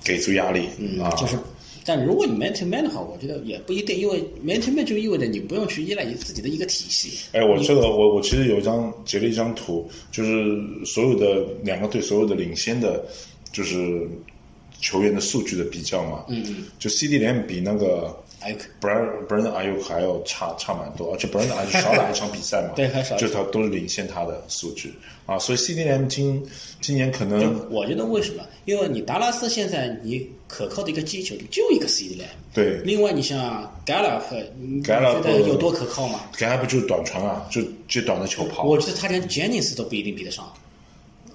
S4: 给足压力，嗯啊，
S3: 就是，但如果你 man to man 的话，我觉得也不一定，因为 man to man 就意味着你不用去依赖于自己的一个体系。
S4: 哎，我这个我我其实有一张截了一张图，就是所有的两个队所有的领先的，就是球员的数据的比较嘛，嗯嗯，就 CD 联比那个。
S3: 哎，
S4: Brand Brand Ayuk 还要差差蛮多，而且 Brand Ayuk 少打一场比赛嘛，
S3: 对还少一场
S4: 就是他都是领先他的数据啊，所以 CDM 今今年可能
S3: 我觉得为什么？因为你达拉斯现在你可靠的一个击球就一个 CD 篮，
S4: 对
S3: 另外你像 Gallup，你觉
S4: Gallup
S3: 得有多可靠吗？
S4: 该不就是短传啊，就接短的球跑。
S3: 我觉得他连 Jennings 都不一定比得上，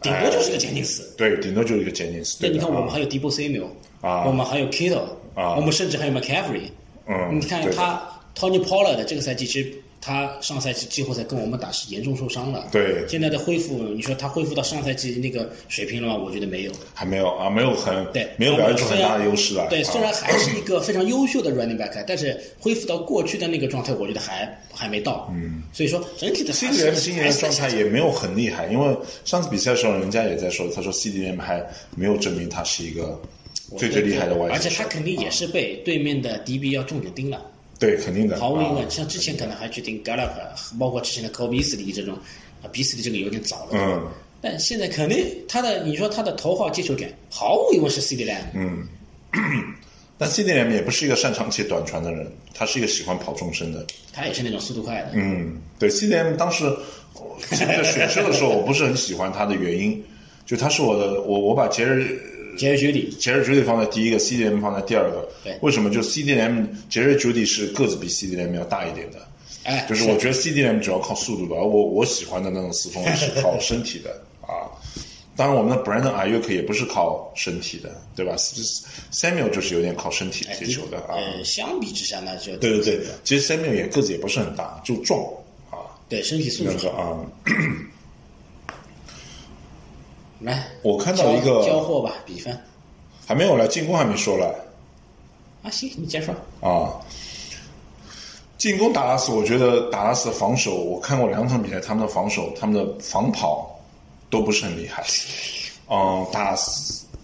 S3: 顶多就是个 Jennings。
S4: 对，顶多就是一个杰尼斯。
S3: 那
S4: 哎对
S3: 你
S4: 的
S3: 看，
S4: 啊
S3: 我们还有 Debo Samuel，
S4: 啊
S3: 我们还有 Kittle，
S4: 啊
S3: 我们甚至还有 McCaffrey。
S4: 嗯
S3: 你看
S4: 对的
S3: 他 Tony Pollard 这个赛季，其实他上赛季季后赛跟我们打是严重受伤了。
S4: 对
S3: 现在的恢复，你说他恢复到上赛季那个水平了吗？我觉得没有。
S4: 还没有啊，没有很
S3: 对，
S4: 没有表现出很大的优势
S3: 来。
S4: 来。
S3: 对，
S4: 啊
S3: 虽然还是一个非常优秀的 running back，但是恢复到过去的那个状态，我觉得还还没到。嗯，所以说整体的
S4: CDM 今年的状态
S3: 也。
S4: 也没有很厉害，因为上次比赛的时候，人家也在说，他说 CDM 还没有证明他是一个最最厉害的外
S3: 而
S4: 接
S3: 且
S4: 手
S3: 他肯定也是被对面的 DB 要重点盯了。
S4: 对，肯定的，
S3: 毫无疑问，
S4: 啊
S3: 像之前可能还去盯 Gallup，包括之前的 Kobe s l e y 这种，啊 b s l e y 这个有点早了。
S4: 嗯。
S3: 但现在肯定他的，你说他的头号接球点，毫无疑问是 CD Lamb。嗯。
S4: 但 CDM 也不是一个擅长接短传的人，他是一个喜欢跑纵深的。
S3: 他也是那种速度快的。
S4: 嗯，对，CDM 当时我进这个选秀的时候，我不是很喜欢他的原因，就他是我的，我我把杰瑞
S3: 杰瑞 Judy，
S4: 杰瑞 Judy 放在第一个，CDM 放在第二个
S3: 对。
S4: 为什么？就 CDM 杰瑞 Judy 是个子比 CDM 要大一点的，
S3: 哎，
S4: 就是我觉得 CDM 主要靠速度的，而我我喜欢的那种四分卫是靠身体的啊。当然，我们的 Brandon Ayuk 也不是靠身体的，对吧？Samuel 就是有点靠身体接球的啊。
S3: 呃，相比之下那就
S4: 对对对，其实 Samuel 也个子也不是很大，就壮啊，
S3: 对身体素
S4: 那
S3: 质
S4: 个
S3: 好。
S4: 啊。
S3: 来，
S4: 我看到一个
S3: 交交货吧，比分
S4: 还没有来，进攻还没说来
S3: 啊，行，你先说。
S4: 啊。进攻达拉斯，我觉得达拉斯的防守，我看过两场比赛，他们的防守，他们的防跑都不是很厉害。嗯，打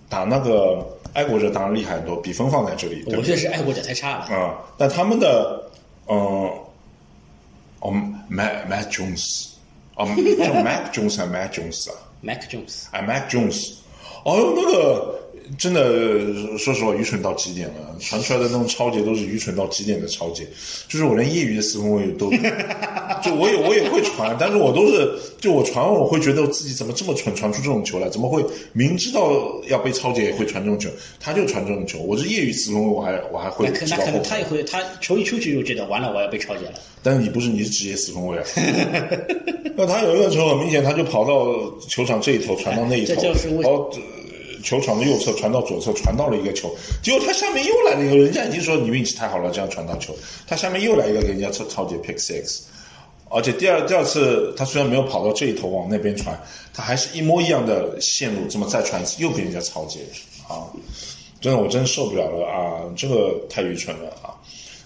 S4: 打那个爱国者当然厉害很多，比分放在这里，对
S3: 我
S4: 不
S3: 觉得？
S4: 对
S3: 是爱国者太差了。
S4: 啊、但他们的嗯，哦，Mac Mac Jones，哦，叫 Mac Jones 还是 Mac Jones 啊？
S3: Mac Jones，
S4: 哎，Mac Jones，哦呦，那个真的，说实话，愚蠢到极点了。传出来的那种超解都是愚蠢到极点的超解，就是我连业余的四分卫都，就我也我也会传，但是我都是就我传，我会觉得自己怎么这么蠢，传出这种球来，怎么会明知道要被超解也会传这种球，他就传这种球。我是业余四分卫，我还我还会
S3: 那可
S4: 知
S3: 那
S4: 道
S3: 可
S4: 后
S3: 能他也
S4: 排，
S3: 会，他球一出去就觉得完了，我要被超解了。
S4: 但是你不是你是职业四分卫啊。 那他有一个球很明显，他就跑到球场这一头，传到那一头，
S3: 这就是为
S4: 然后、呃球场的右侧传到左侧，传到了一个球，结果他下面又来了一个，人家已经说你运气太好了，这样传到球，他下面又来一个给人家超超级 pick six，而且第二第二次他虽然没有跑到这一头往那边传，他还是一模一样的线路，这么再传一次又给人家超级啊，真的我真受不了了啊，这个太愚蠢了啊。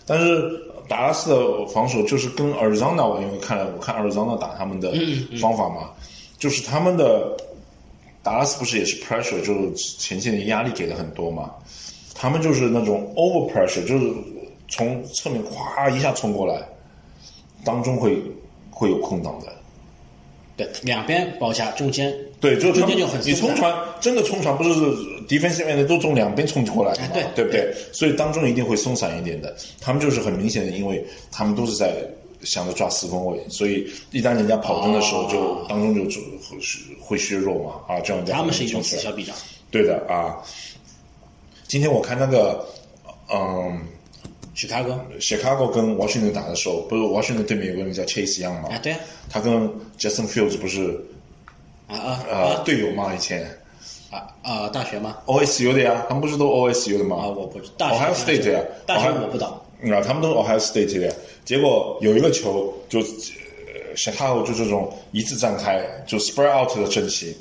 S4: 但是达拉斯的防守就是跟 Arizona，我因为看了我看 Arizona 打他们的方法嘛，就是他们的达拉斯不是也是 pressure，就是前线的压力给的很多嘛，他们就是那种 over pressure，就是从侧面咵一下冲过来，当中会会有空档的。
S3: 对，两边包夹，中间
S4: 对，就
S3: 中
S4: 是他们
S3: 间就很
S4: 你
S3: 松散
S4: 冲传真的冲传，不是 defensive end 都从两边冲过来的嘛
S3: 哎，对
S4: 不对？所以当中一定会松散一点的。他们就是很明显的，因为他们都是在想着抓四分位，所以一旦人家跑针的时候，
S3: 哦
S4: 就、当中就就会会削弱嘛啊，这样
S3: 他们是一种
S4: 种
S3: 此消彼长。
S4: 对的啊。今天我看那个，嗯
S3: ，Chicago，
S4: ，Chicago 跟 Washington 打的时候，不是 Washington 对面有个人叫 Chase Young 嘛
S3: 啊，，对啊，
S4: 他跟 Justin Fields 不是
S3: 啊啊
S4: 呃队友嘛以前。
S3: 啊啊！大学吗？
S4: OSU 的呀，他们不是都 OSU 的吗？
S3: 啊，我不知大学
S4: Ohio
S3: 好像是
S4: State 呀，
S3: 大学
S4: Ohio-
S3: 我不懂。
S4: 嗯啊，他们都是 Ohio State 的呀。结果有一个球就呃 Chicago 就这种一字站开，就 spread out 的阵型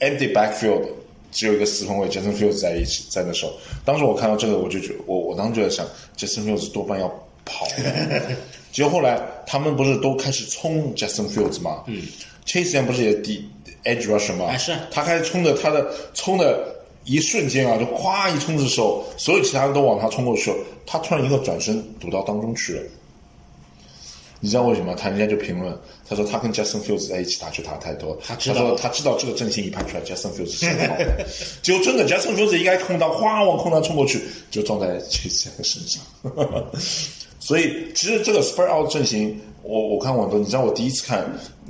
S4: ，empty backfield 只有一个四分卫 Jason Fields 在一起在那时候，当时我看到这个我就觉我我当时就在想 Jason Fields 多半要跑了。 结果后来他们不是都开始冲 Justin Fields 吗？嗯，Chase Young 不是也第 edge rusher 吗？
S3: 啊是
S4: 他开始冲的，他的冲的一瞬间啊，就咵一冲的时候，所有其他人都往他冲过去了，他突然一个转身躲到当中去了。你知道为什么？他人家就评论，他说他跟 Justin Fields 在一起打球打太多，
S3: 他
S4: 他
S3: 知道
S4: 说他知道这个阵型一盘出来，Justin Fields 是很好的， 结果真的 Justin Fields 一开空档，哗往空档冲过去，就撞在 Chase Young 身上。 所以其实这个 spread out 阵型，我我看过很多，你知道我第一次看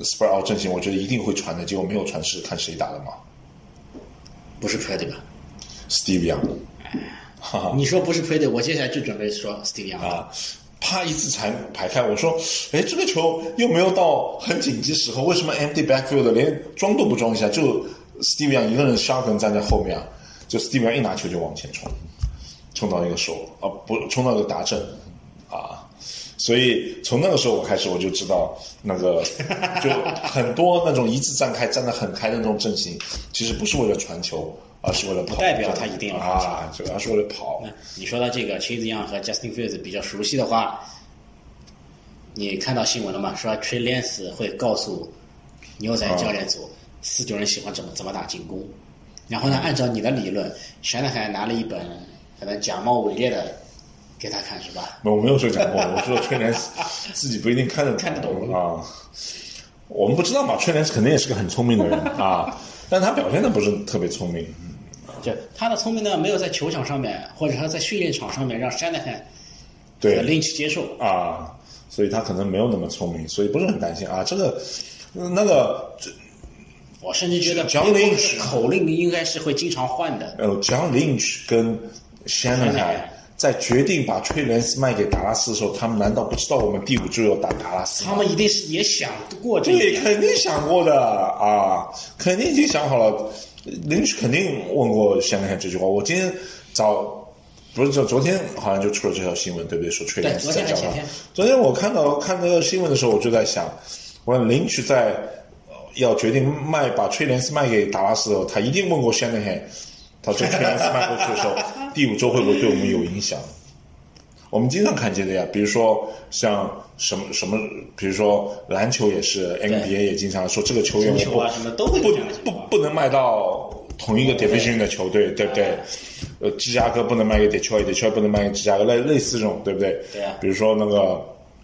S4: spread out 阵型，我觉得一定会传的，结果没有传是看谁打的吗
S3: 不是 Prady 吧？
S4: ？Steve Young，哈哈
S3: 你说不是 Prady，我接下来就准备说 Steve Young
S4: 啊，啪一次才排开，我说，哎，这个球又没有到很紧急时候，为什么 empty backfield 连装都不装一下，就 Steve Young 一个人 shotgun 站在后面啊，就 Steve Young 一拿球就往前冲，冲到一个手啊，不冲到一个达阵啊。所以从那个时候我开始，我就知道那个就很多那种一字站开、站得很开的那种阵型，其实不是为了传球，而是为了跑。
S3: 不代表他一定要传球
S4: 啊，主要是为了跑。
S3: 你说到这个 Chase Young 和 Justin Fields 比较熟悉的话，你看到新闻了吗？说 Trey Lance 会告诉牛仔教练
S4: 哦
S3: 组，四九人喜欢怎么怎么打进攻。然后呢，按照你的理论，全南海拿了一本可能假冒伪劣的给他看是吧？
S4: 我没有说讲过，我说春莲自己不一定看得懂
S3: 看得懂
S4: 啊。我们不知道嘛，春莲肯定也是个很聪明的人啊，但他表现的不是特别聪明。
S3: 就他的聪明呢，没有在球场上面，或者说在训练场上面让 Shanahan 和
S4: 对
S3: Lynch 接受。
S4: 啊，所以他可能没有那么聪明，所以不是很担心啊。这个那个
S3: 我甚至觉得
S4: 讲理
S3: Lynch 口令应该是会经常换的。
S4: 呃，John Lynch 跟 Shanahan
S3: Shanahan
S4: 在决定把崔莲斯卖给达拉斯的时候，他们难道不知道我们第五周要打达拉斯吗？
S3: 他们一定是也想过这一
S4: 对，
S3: 点。
S4: 肯定想过的啊，肯定已经想好了。林肯定问过香港这句话。我今天早不是就昨天好像就出了这条新闻，对不对？说吹
S3: 对
S4: 在
S3: 昨天还
S4: 讲
S3: 前
S4: 话
S3: 天。
S4: 昨天我看到看这个新闻的时候，我就在想，我林区在呃要决定卖把崔莲斯卖给达拉斯的时候，他一定问过香港人，他说崔莲斯卖过去的时候，第五周会不会对我们有影响？我们经常看见的呀，比如说像什么什么，比如说篮球也是，NBA 也经常说这个球员
S3: 足球
S4: 我
S3: 啊
S4: 不
S3: 什么都会有
S4: 不
S3: 这样的情
S4: 不
S3: 况
S4: 不能卖到同一个 division 的球队，对不对？呃，芝加哥不能卖给 Detroit，Detroit 不能卖给芝加哥，类类似这种，对不对？
S3: 对啊
S4: 比如说那个，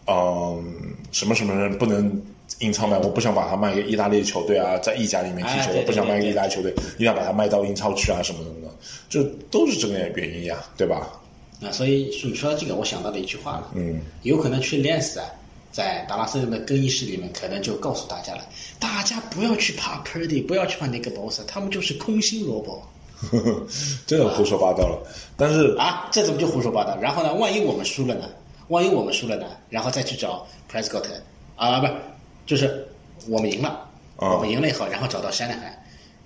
S4: 嗯，什么什么人不能英超卖，我不想把它卖给意大利球队啊，在意甲里面踢
S3: 哎
S4: 球，
S3: 对
S4: 我不想
S3: 对对
S4: 卖给
S3: 对
S4: 意大利球队，一定要把它卖到英超去啊，什么什么的，就都是这个原因呀，对吧？
S3: 啊，所以你说到这个，我想到了一句话了，嗯，有可能去 l a n c 啊，在达拉斯人的更衣室里面，可能就告诉大家了，大家不要去怕 Purdy，不要去怕那个 Boss，他们就是空心萝卜
S4: 真的胡说八道了。但是
S3: 啊，这怎么就胡说八道？然后呢，万一我们输了呢？万一我们输了呢？然后再去找 Prescott 啊，不是，就是我们赢了，
S4: 啊
S3: 我们赢了以后，然后找到山 h 海，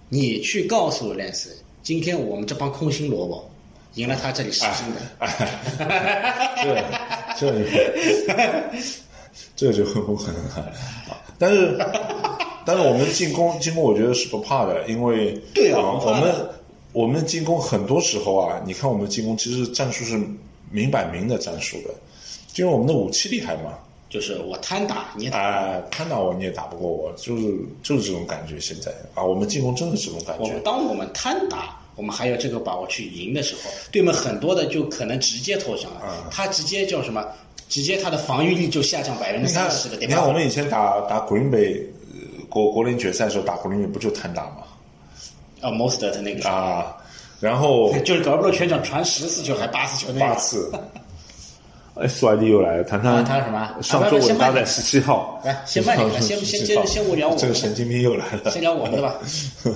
S3: 你去告诉 l a n c 今天我们这帮空心萝卜赢了他这里是真的。
S4: 这这 就这就很不可能了。但是但是我们进攻进攻，我觉得是不怕的，因为
S3: 对啊
S4: 呃
S3: 不
S4: 我
S3: 怕的
S4: 们我们的进攻很多时候啊，你看我们的进攻其实战术是明摆明的战术的，就是我们的武器厉害嘛，
S3: 就是我摊打你打，
S4: 啊、看到我你也打不过我，就是就是这种感觉。现在啊，我们进攻真的是这种感
S3: 我们
S4: 觉。
S3: 当我们摊打，我们还有这个把握去赢的时候，对面很多的就可能直接投降了，他直接叫什么？直接他的防御力就下降百分之
S4: 嗯你
S3: 三
S4: 看
S3: 十了，，对
S4: 你
S3: 吧？
S4: 看我们以前打打国林北，呃国国联决赛的时候打国林北不就摊打吗？
S3: 呃 most 的那个，
S4: 啊，然后
S3: 就是格布洛全场传十次球还八次球那
S4: 八
S3: 个，
S4: 次，
S6: 哎，苏艾利又来了，谈
S3: 啊
S6: 谈
S3: 谈什么
S6: 上
S3: 啊
S6: 周
S3: 不
S6: 稳
S3: 不先
S6: 搭
S3: 慢
S6: 在
S3: 点
S6: 十七号，
S3: 来先慢点，先先先先我聊我
S4: 这
S3: 们，
S4: 个神经病又来了。
S3: 先聊我们的吧。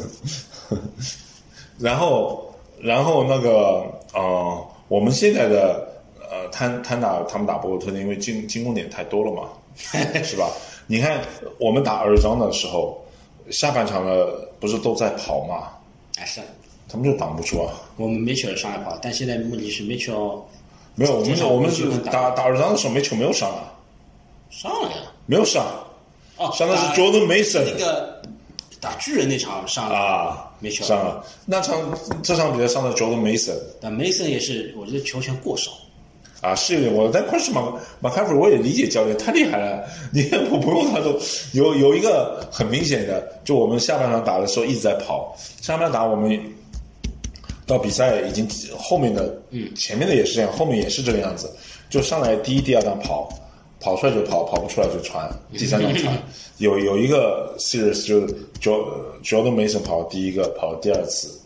S4: 然后，然后那个呃，我们现在的呃，摊摊打他们打不过特点，因为进进攻点太多了 嘛，是吧？你看我们打二张的时候，下半场的不是都在跑嘛，
S3: 哎，是
S4: 他们就挡不住啊。
S3: 我们没球上海跑，但现在问题是没球
S4: 没有，我们
S3: 这
S4: 是
S3: 场
S4: 我们
S3: 不是
S4: 是打打二张的时候没球没有上啊，
S3: 上了呀。
S4: 没有上，
S3: 哦，
S4: 上的是
S3: 打
S4: Jordan Mason
S3: 那个打巨人那场上了，
S4: 啊，
S3: 没球
S4: 上了。那场这场比赛上的 Jordan Mason
S3: 但梅森也是，我觉得球权过少。
S4: 啊，是有点我，但昆士马马卡普我也理解教练太厉害了，你 看我不用他都有有一个很明显的，就我们下半场打的时候一直在跑，下半场打我们到比赛已经后面的，嗯，前面的也是这样，后面也是这个样子，就上来第一第二档跑，跑出来就跑，跑不出来就传，
S3: 嗯
S4: 第三档 传，有有一个 series 就是 Jo- 呃 Jordan Mason 跑第一个，跑第二次，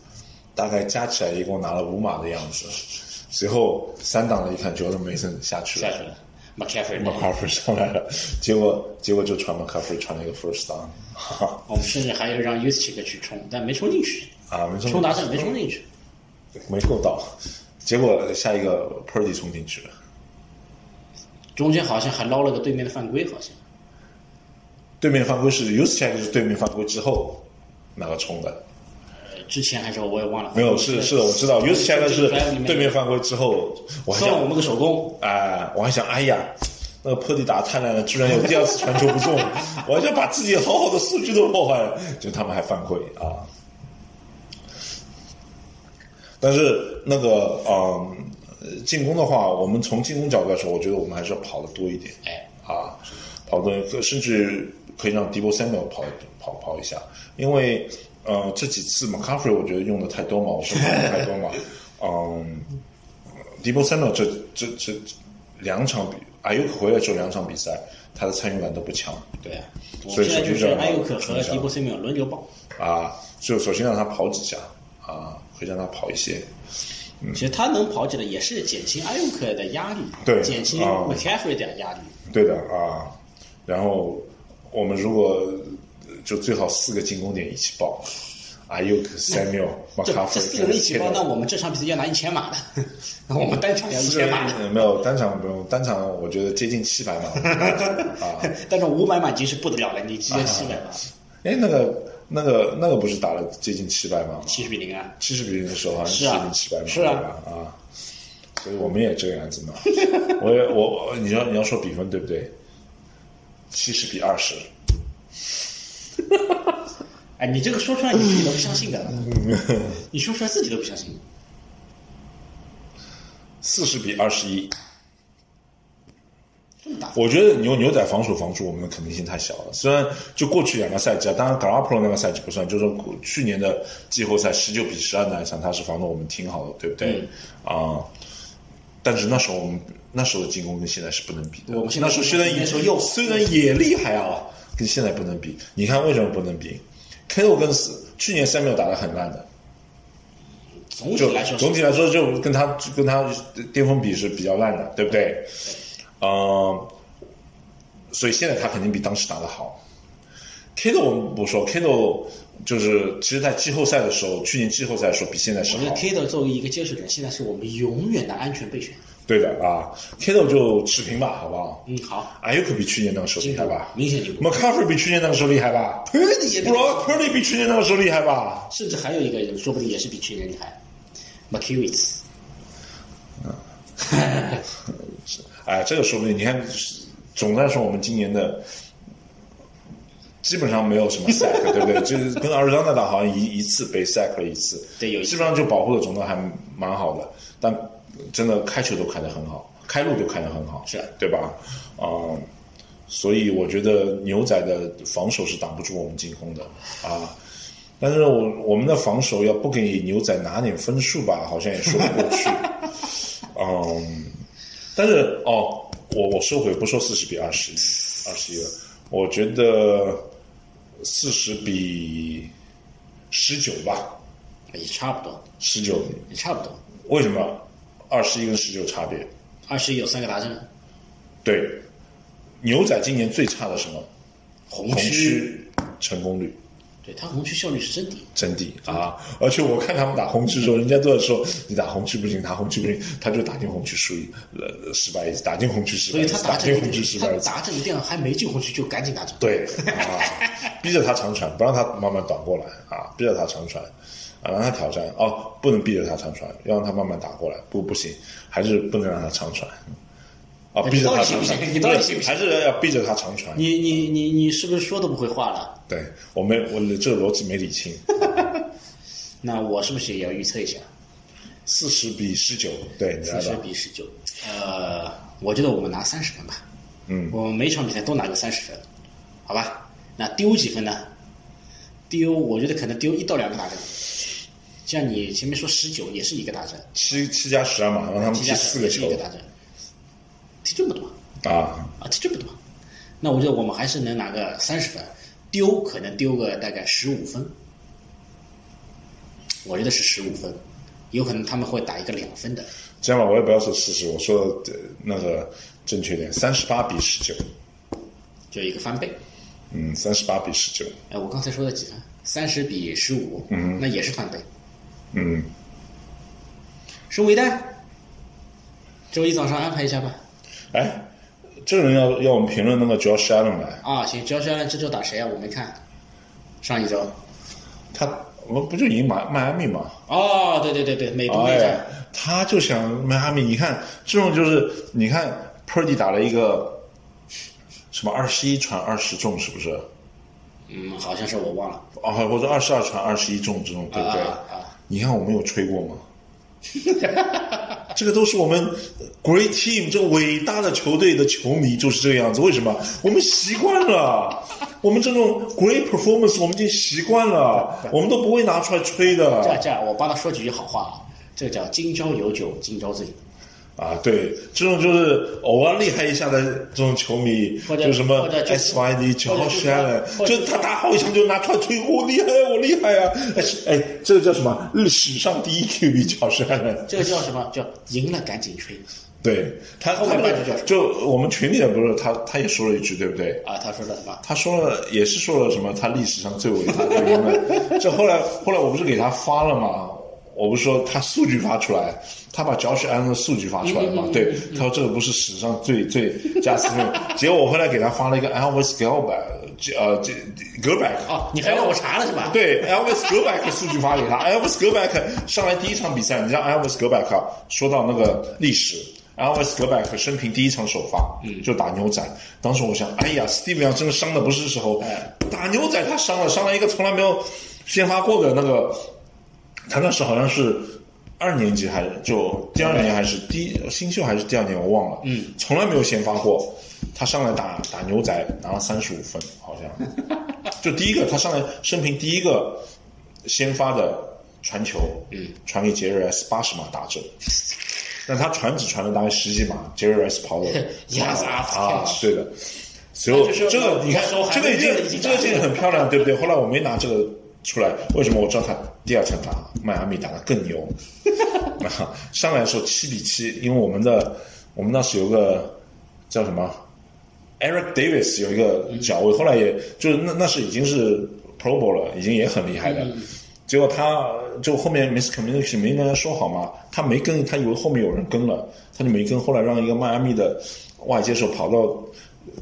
S4: 大概加起来一共拿了五码的样子。随后三档了一看，Jordan Mason 下去
S3: 下
S4: 了
S3: 去了，马凯菲尔，
S4: m c a f f r 上来了，结果结果就传 m c a f f r 传了一个 first down，哈哈
S3: 我们甚至还有让 u s c h i k 去冲，但没冲进去，
S4: 啊，没
S3: 冲
S4: 冲
S3: 达阵没冲进去。
S4: 没够到，结果下一个 Purdy 冲进去了，
S3: 中间好像还捞了个对面的犯规，好像
S4: 对面犯规是 u s c h e c 是对面犯规之后哪个冲的？
S3: 呃，之前还是我也忘了。
S4: 没有，是是的，我知道 u s c h e c
S3: 这个 drive 里
S4: 是
S3: 面
S4: 对面犯规之后，我还
S3: 送了我
S4: 想
S3: 们个手工，
S4: 哎，我还想，哎呀，那个破地打得太烂了，居然有第二次传球不中， 我还想把自己好好的数据都破坏了，就他们还犯规啊。但是那个嗯、呃进攻的话，我们从进攻角度来说，我觉得我们还是要跑的多一点
S3: 哎，
S4: 啊，跑的甚至可以让 d e b o Samuel 跑跑跑一下，因为呃这几次 McCaffrey 我觉得用的太多嘛，我说用的太多嘛，嗯。Debo Samuel 这这这两场比，阿尤克回来之后两场比赛，他的参与感都不强
S3: 对啊，我
S4: 所
S3: 们
S4: 以
S3: 现在就是
S4: 手机上
S3: 埃尤克和
S4: 冲一下
S3: 迪波西米尔轮流爆。
S4: 啊，就首先让他跑几下啊，会让他跑一些。嗯
S3: 其实他能跑起来也是减轻埃尤克的压力，
S4: 对
S3: 减轻
S4: 啊
S3: McCaffrey 的压力。
S4: 对的啊，然后我们如果呃就最好四个进攻点一起爆，阿尤克、Samuel、马
S3: 这
S4: 卡
S3: 这
S4: 夫，
S3: 四个人一起爆，那我们这场比赛要拿一千码的， 那我们单场要一
S4: 四
S3: 千
S4: 个
S3: 码的。
S4: 人没有单场不用，单场我觉得接近 七百啊码。
S3: 但是五百满级是不得了了，你直
S4: 啊
S3: 接七百吧，
S4: 哎，那个那个那个不是打了接近七百码吗？
S3: 七十比零啊！
S4: 七十比零的时候好像
S3: 是
S4: 接
S3: 啊
S4: 近七百码，
S3: 是啊
S4: 对吧啊，所以我们也这个样子嘛。我也我我你要你要说比分对不对？七十比二十，
S3: 哎，你这个说出来你自己都不相信 的，你说出来自己都不相信。
S4: 四十比二十一。
S3: 这么大，
S4: 我觉得牛牛仔防守防住我们的可能性太小了。虽然就过去两个赛季啊，当然 g a r a p o 那个赛季不算，就是说去年的季后赛十九比十二那一场，他是防的我们挺好的，对不对？
S3: 嗯
S4: 啊、但是那时候我们那时候的进攻跟现在是不能比的。
S3: 我们现在
S4: 那时候虽然也
S3: 那时候又
S4: 虽然也厉害啊，跟现在不能比。你看为什么不能比 k o 跟死去年三秒打得很烂的，
S3: 总体
S4: 就
S3: 来说是
S4: 总体来说就跟他跟他巅峰比是比较烂的，对不对？嗯、所以现在他肯定比当时打得好。Kido 我们不说，Kido 就是其实，在季后赛的时候，去年季后赛的时候比现在是
S3: 我觉得
S4: 好，
S3: Kido 作为一个接触者，现在是我们永远的安全备选。
S4: 对的啊。Kido 就持平吧，好不好？
S3: 嗯，好，
S4: 阿尤克比去年那个时候厉害吧
S3: 明显进步。
S4: ？McCaffrey 比去年那个时候厉害吧
S3: p u r d 也比
S4: ？Brock Purdy 比去年那个时候厉害吧？
S3: 甚至还有一个人，说不定也是比去年厉害 m c k e w i t z
S4: 哎，这个说不定你看，总的来说，我们今年的基本上没有什么 sack，对不对？就是跟 Arizona 打好像一一次被 sack 了一次，
S3: 对有一次
S4: 基本上就保护的总的还蛮好的，但真的开球都开得很好。开路就开得很好，
S3: 是
S4: 对吧？啊、所以我觉得牛仔的防守是挡不住我们进攻的啊。但是我我们的防守要不给牛仔拿点分数吧，好像也说不过去。嗯，但是哦，我我收回，不说四十比二十一，二十一了。我觉得四十比十九吧，
S3: 也差不多，
S4: 十九
S3: 也差不多。
S4: 为什么二十一跟十九差别？
S3: 二十一有三个达阵，
S4: 对，牛仔今年最差的什么？
S3: 红
S4: 红
S3: 区，
S4: 区成功率
S3: 对他红区效率是真低。
S4: 真低啊！而且我看他们打红区的时候，人家都在说你打红区不行，打红区不行，他就打进红区输一呃失败一次，打进红区失
S3: 所
S4: 败一
S3: 以他
S4: 次，打
S3: 达
S4: 进
S3: 阵
S4: 红区失，
S3: 他
S4: 败一次。
S3: 达阵一定要还没进红区就赶紧达阵。
S4: 对啊，逼着他长传，不让他慢慢短过来啊，逼着他长传，啊，让他挑战哦，不能逼着他长传，要让他慢慢打过来，不不行，还是不能让他长传啊，
S3: 哎你
S4: 逼着
S3: 到底
S4: 他
S3: 行
S4: 长
S3: 不
S4: 传
S3: 行，你到底
S4: 不是
S3: 行不行
S4: 还是要逼着他长传。
S3: 你你你你是不是说都不会话了？
S4: 对我没我这个逻辑没理清，
S3: 那我是不是也要预测一下？
S4: 四十比十九，对，你来
S3: 四十
S4: 吧，
S3: 比十九，呃，我觉得我们拿三十分吧。
S4: 嗯
S3: 我们每场比赛都拿个三十分，好吧？那丢几分呢？丢，我觉得可能丢一到两个打针。像你前面说十九也是一个打针，
S4: 七七加十二嘛，让他们
S3: 踢
S4: 踢
S3: 加
S4: 四个
S3: 是一
S4: 球
S3: 个打针，踢这么多
S4: 啊，
S3: 啊，踢这么多，那我觉得我们还是能拿个三十分，丢可能丢个大概十五分，我觉得是十五分，有可能他们会打一个两分的。
S4: 这样吧，我也不要说四十，我说呃那个正确点，三十八比十九，
S3: 就一个翻倍。
S4: 嗯，三十八比十九，
S3: 哎，我刚才说的几分？三十比十五，嗯，那也是翻倍。
S4: 嗯。
S3: 拭目以待，周一早上安排一下吧。
S4: 哎，这个人要要我们评论那个 Josh Allen 来，
S3: 啊，行，主要是要这周打谁啊？我没看，上一周。
S4: 他我们不就赢迈迈阿密吗？
S3: 哦，对对对对，美东那
S4: 哎
S3: 场，，
S4: 他就想迈阿密，你看这种就是你看 Purdy 打了一个什么二十一传二十中，是不是？
S3: 嗯，好像是我忘了。
S4: 啊，或者二十二传二十一中这种，对不对？
S3: 啊啊啊
S4: 你看我们有吹过吗？ 这个都是我们 great team 这个伟大的球队的球迷就是这个样子。为什么？我们习惯了，我们这种 great performance 我们已经习惯了，我们都不会拿出来吹
S3: 这样
S4: 的
S3: 这样，我帮他说几句好话啊。这叫今朝有酒今朝醉，
S4: 啊。对，这种就是偶尔厉害一下的这种球迷，
S3: 或者
S4: 就什么
S3: 或者就
S4: S Y D 乔
S3: 或者就
S4: 什艾伦，
S3: 或者
S4: 就是他打好一场就拿出来吹，我厉害，我厉害啊！哎哎，这个叫什么？史上第一 Q B 乔什艾伦。
S3: 这个叫什么？叫赢了赶紧吹
S4: 对他
S3: 后面
S4: 他
S3: 半句叫什么
S4: 就我们群里的不是他，他也说了一句，对不对？
S3: 啊！他说的什么？
S4: 他说了，也是说了什么他历史上最伟大的人们。这后来 后来我不是给他发了吗？我不是说他数据发出来，他把 Josh Allen 的数据发出来
S3: 嗯
S4: 嘛？对，他说这个不是史上最最加斯分。结果我后来给他发了一个 Elvis Gelback，呃，这格百克
S3: 哦，你还让我查了是吧？，
S4: 对，Elvis Gerback 数据发给他，Elvis Gerback 上来第一场比赛，你知道 Elvis Gerback 啊说到那个历史，Elvis Gerback 生平第一场首发，嗯，就打牛仔。当时我想，哎呀，Steve Young 真的伤的不是时候，打牛仔他伤了，伤了一个从来没有先发过的那个，他那时好像是。二年级还是就第二年还是第一新秀还是第二年我忘了，嗯，从来没有先发过。他上来打打牛仔拿了三十五分，好像，就第一个，他上来生平第一个先发的传球，嗯，传给杰瑞 S 八十码打正，但他传只传了大概十几码，杰瑞 S 跑了
S3: 鸭子啊
S4: 啊，对的。所以我
S3: 那就是
S4: 这个你看
S3: 那时候，还
S4: 这个
S3: 没
S4: 已经
S3: 这个已经
S4: 这个已经很漂亮，对不对？后来我没拿这个出来，为什么？我知道他第二场打迈阿密打得更 牛，啊，上来的时候七比七，因为我们的我们当时有个叫什么 Eric Davis 有一个脚位，后来也就是那那是已经是 Pro Bowl 了，已经也很厉害的。结果他就后面 miscommunication 没跟他说好嘛，他没跟，他以为后面有人跟了，他就没跟。后来让一个迈阿密的外接手跑到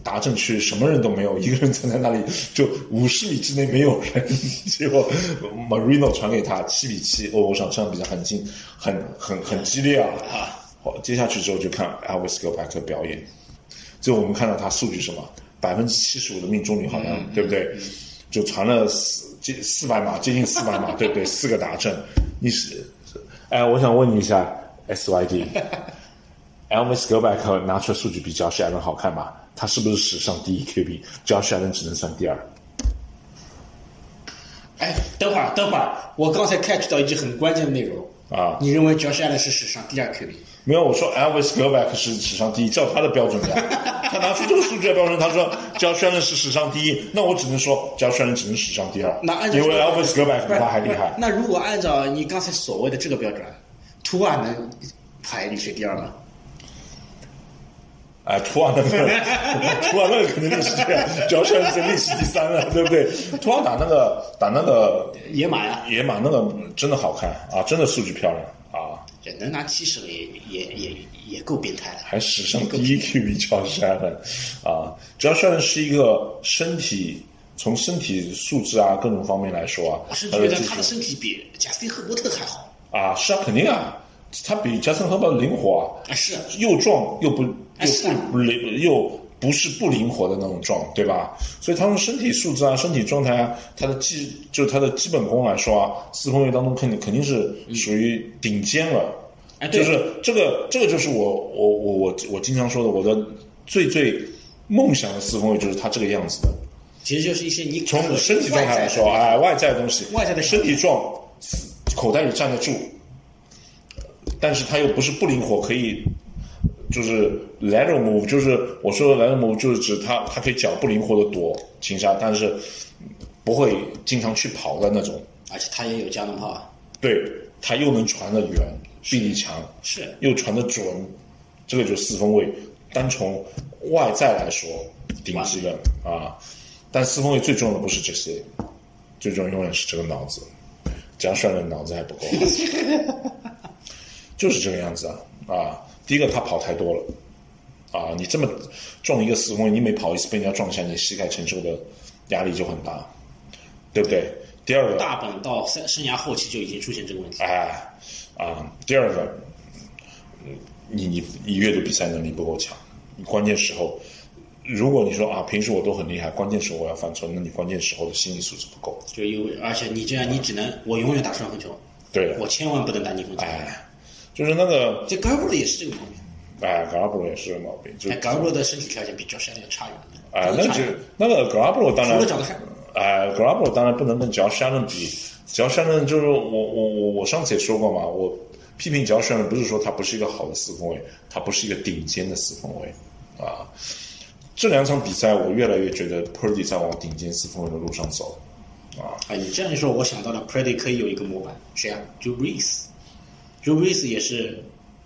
S4: 达阵区，什么人都没有，一个人站在那里，就五十米之内没有人。结果 Marino 传给他七比七，哦，我想这场比赛很近，很很很激烈啊！好，接下去之后就看 Elvis 哥白克表演。最后我们看到他数据是什么，百分之七十五的命中率
S3: 嗯
S4: 好像、对不对？就传了四接四百码，接近四百 码，对不对？四个达阵，你是
S6: 哎，我想问你一下，S Y D Elvis Goback 拿出来数据比 Josh Allen 好看吧？他是不是史上第一 QB？Josh Allen 只能算第二。
S3: 哎，等会儿，等会儿，我刚才 catch 到一句很关键的内容
S4: 啊
S3: 你认为 Josh Allen 是史上第二 QB？
S4: 没有，我说 Elvis Goback 是史上第一，照他的标 准呀。他拿出这个数据的标准，他说 Josh Allen 是史上第一，那我只能说 Josh Allen 只能史上第二，
S3: 那按照
S4: 因为
S3: 这个
S4: Elvis Goback 比他还厉
S3: 不是
S4: 害。
S3: 那如果按照你刚才所谓的这个标准，啊图瓦能排历史第二吗？
S4: 哎，图瓦那个， 图瓦那个肯定历史第二，Josh Allen 是历史第三了，对不对？图瓦打那个打那个
S3: 野马呀，
S4: 野马那个真的好看啊，真的数据漂亮啊，
S3: 这能拿七十个也也也也够变态了。
S4: 还史上第一 QB 乔什艾伦啊，乔什艾伦是一个身体从身体素质啊各种方面来说啊，
S3: 我是
S4: 他
S3: 觉得
S4: 技
S3: 他的
S4: 术
S3: 身体比贾斯汀赫伯特还好
S4: 啊是啊肯定啊，他比加森赫伯灵活啊
S3: 啊，，是
S4: 又壮又不
S3: 哎是
S4: 又
S3: 啊
S4: 不灵又不是不灵活的那种壮，对吧？所以他从身体素质啊、身体状态啊、他的基就是他的基本功来说啊，四分卫当中肯定肯定是属于顶尖了。
S3: 哎对
S4: 就是这个这个就是我我我我我经常说的，我的最最梦想的四分卫就是他这个样子的。
S3: 其实就是一些你
S4: 从
S3: 可
S4: 身体状态来说，
S3: 外在的
S4: 哎，外在的东西，
S3: 外在的
S4: 身体壮，口袋里站得住，但是他又不是不灵活，可以就是 lateral move，就是我说的 lateral move，就是指他他可以脚不灵活的躲擒杀，但是不会经常去跑的那种。
S3: 而且他也有加农炮啊，
S4: 对他又能传得远，臂力强，
S3: 是啊
S4: 又传得准，这个就是四分卫。单从外在来说，顶级的啊，但四分卫最重要的不是这些，最重要永远是这个脑子。加帅的脑子还不够，就是这个样子啊啊！第一个他跑太多了啊，你这么撞一个四分卫，你每跑一次被人家撞一下，你膝盖承受的压力就很大，对不对？第二个
S3: 大本到生生涯后期就已经出现这个问题。
S4: 哎，啊，第二个，嗯你你你阅读比赛能力不够强，关键时候，如果你说啊，平时我都很厉害，关键时候我要犯错，那你关键时候的心理素质不够。
S3: 就因为，而且你这样，你只能我永远打双分球，
S4: 对的
S3: 我，千万不能打逆风球。
S4: 哎，就是那个，
S3: 这 g a r b r 也是这个毛病，
S4: 哎 g a r b r o 也是个毛病，就
S3: 但 g a r b r 的身体条件比 Josh Allen 差远了。
S4: 哎，
S3: 都
S4: 那
S3: 差
S4: 就
S3: 远了
S4: 那个 g a r b r o 当然
S3: 除了长得帅，
S4: 哎 g a r b r o 当然不能跟 Josh Allen 比，Josh Allen 就是我我我我上次也说过嘛，我批评 Josh Allen 不是说他不是一个好的四分卫，他不是一个顶尖的四分卫啊。这两场比赛，我越来越觉得 Purdy 在往顶尖四分卫的路上走。
S3: 啊，你这样一说，我想到了 Prady 可以有一个模板，谁啊？Drew Brees，Drew Brees 也是，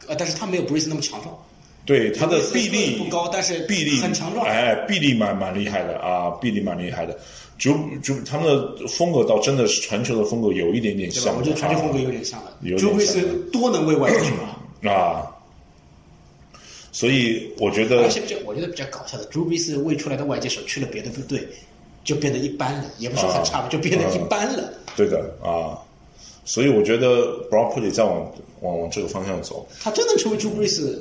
S3: 呃，但是他没有 Brees 那么强壮，
S4: 对他的
S3: Brees
S4: 臂力
S3: 不高，但是
S4: 臂力
S3: 很强壮。
S4: 哎，臂力蛮蛮厉害的啊，臂力蛮厉害的。就就他们的风格倒真的是传球的风格有一点点
S3: 对吧？
S4: 像，
S3: 我觉得传球风格有点像了。
S4: 有
S3: Drew
S4: 点像
S3: Brees 多能为外野 手啊！
S4: 啊，所以我觉得
S3: 而且比较，我觉得比较搞笑的，Drew Brees 为出来的外接手去了别的部队，就变得一般了，也不是
S4: 啊
S3: 说很差吧，就变得一般了。
S4: 对的啊，所以我觉得 Brown Purdy 在往往往这个方向走。
S3: 他真能成为 Drew Brees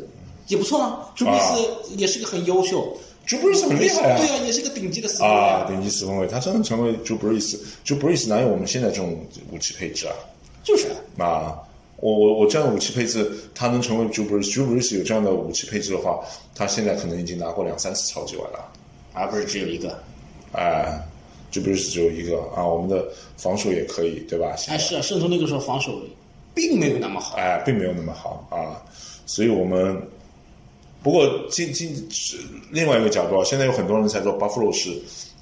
S3: 也不错啊，Drew
S4: 啊
S3: Brees 也是个很优秀，
S4: Drew Brees 很厉害啊
S3: 对啊，也是个顶级的四分卫
S4: 啊，顶级四分卫，他真的成为 Drew Brees，Drew Brees 哪有我们现在这种武器配置啊？
S3: 就是啊
S4: 啊，我我我这样的武器配置，他能成为 Drew Brees，Drew Brees 有这样的武器配置的话，他现在可能已经拿过两三次超级碗了。
S3: 而不是只有一个。
S4: 哎，Drew Brees 只有一个啊，我们的防守也可以，对吧？现
S3: 哎，
S4: 在
S3: 是啊，圣徒那个时候防守并没有那么好，
S4: 哎，并没有那么好啊，所以我们不过今今另外一个角度啊，现在有很多人才说 Buffalo 是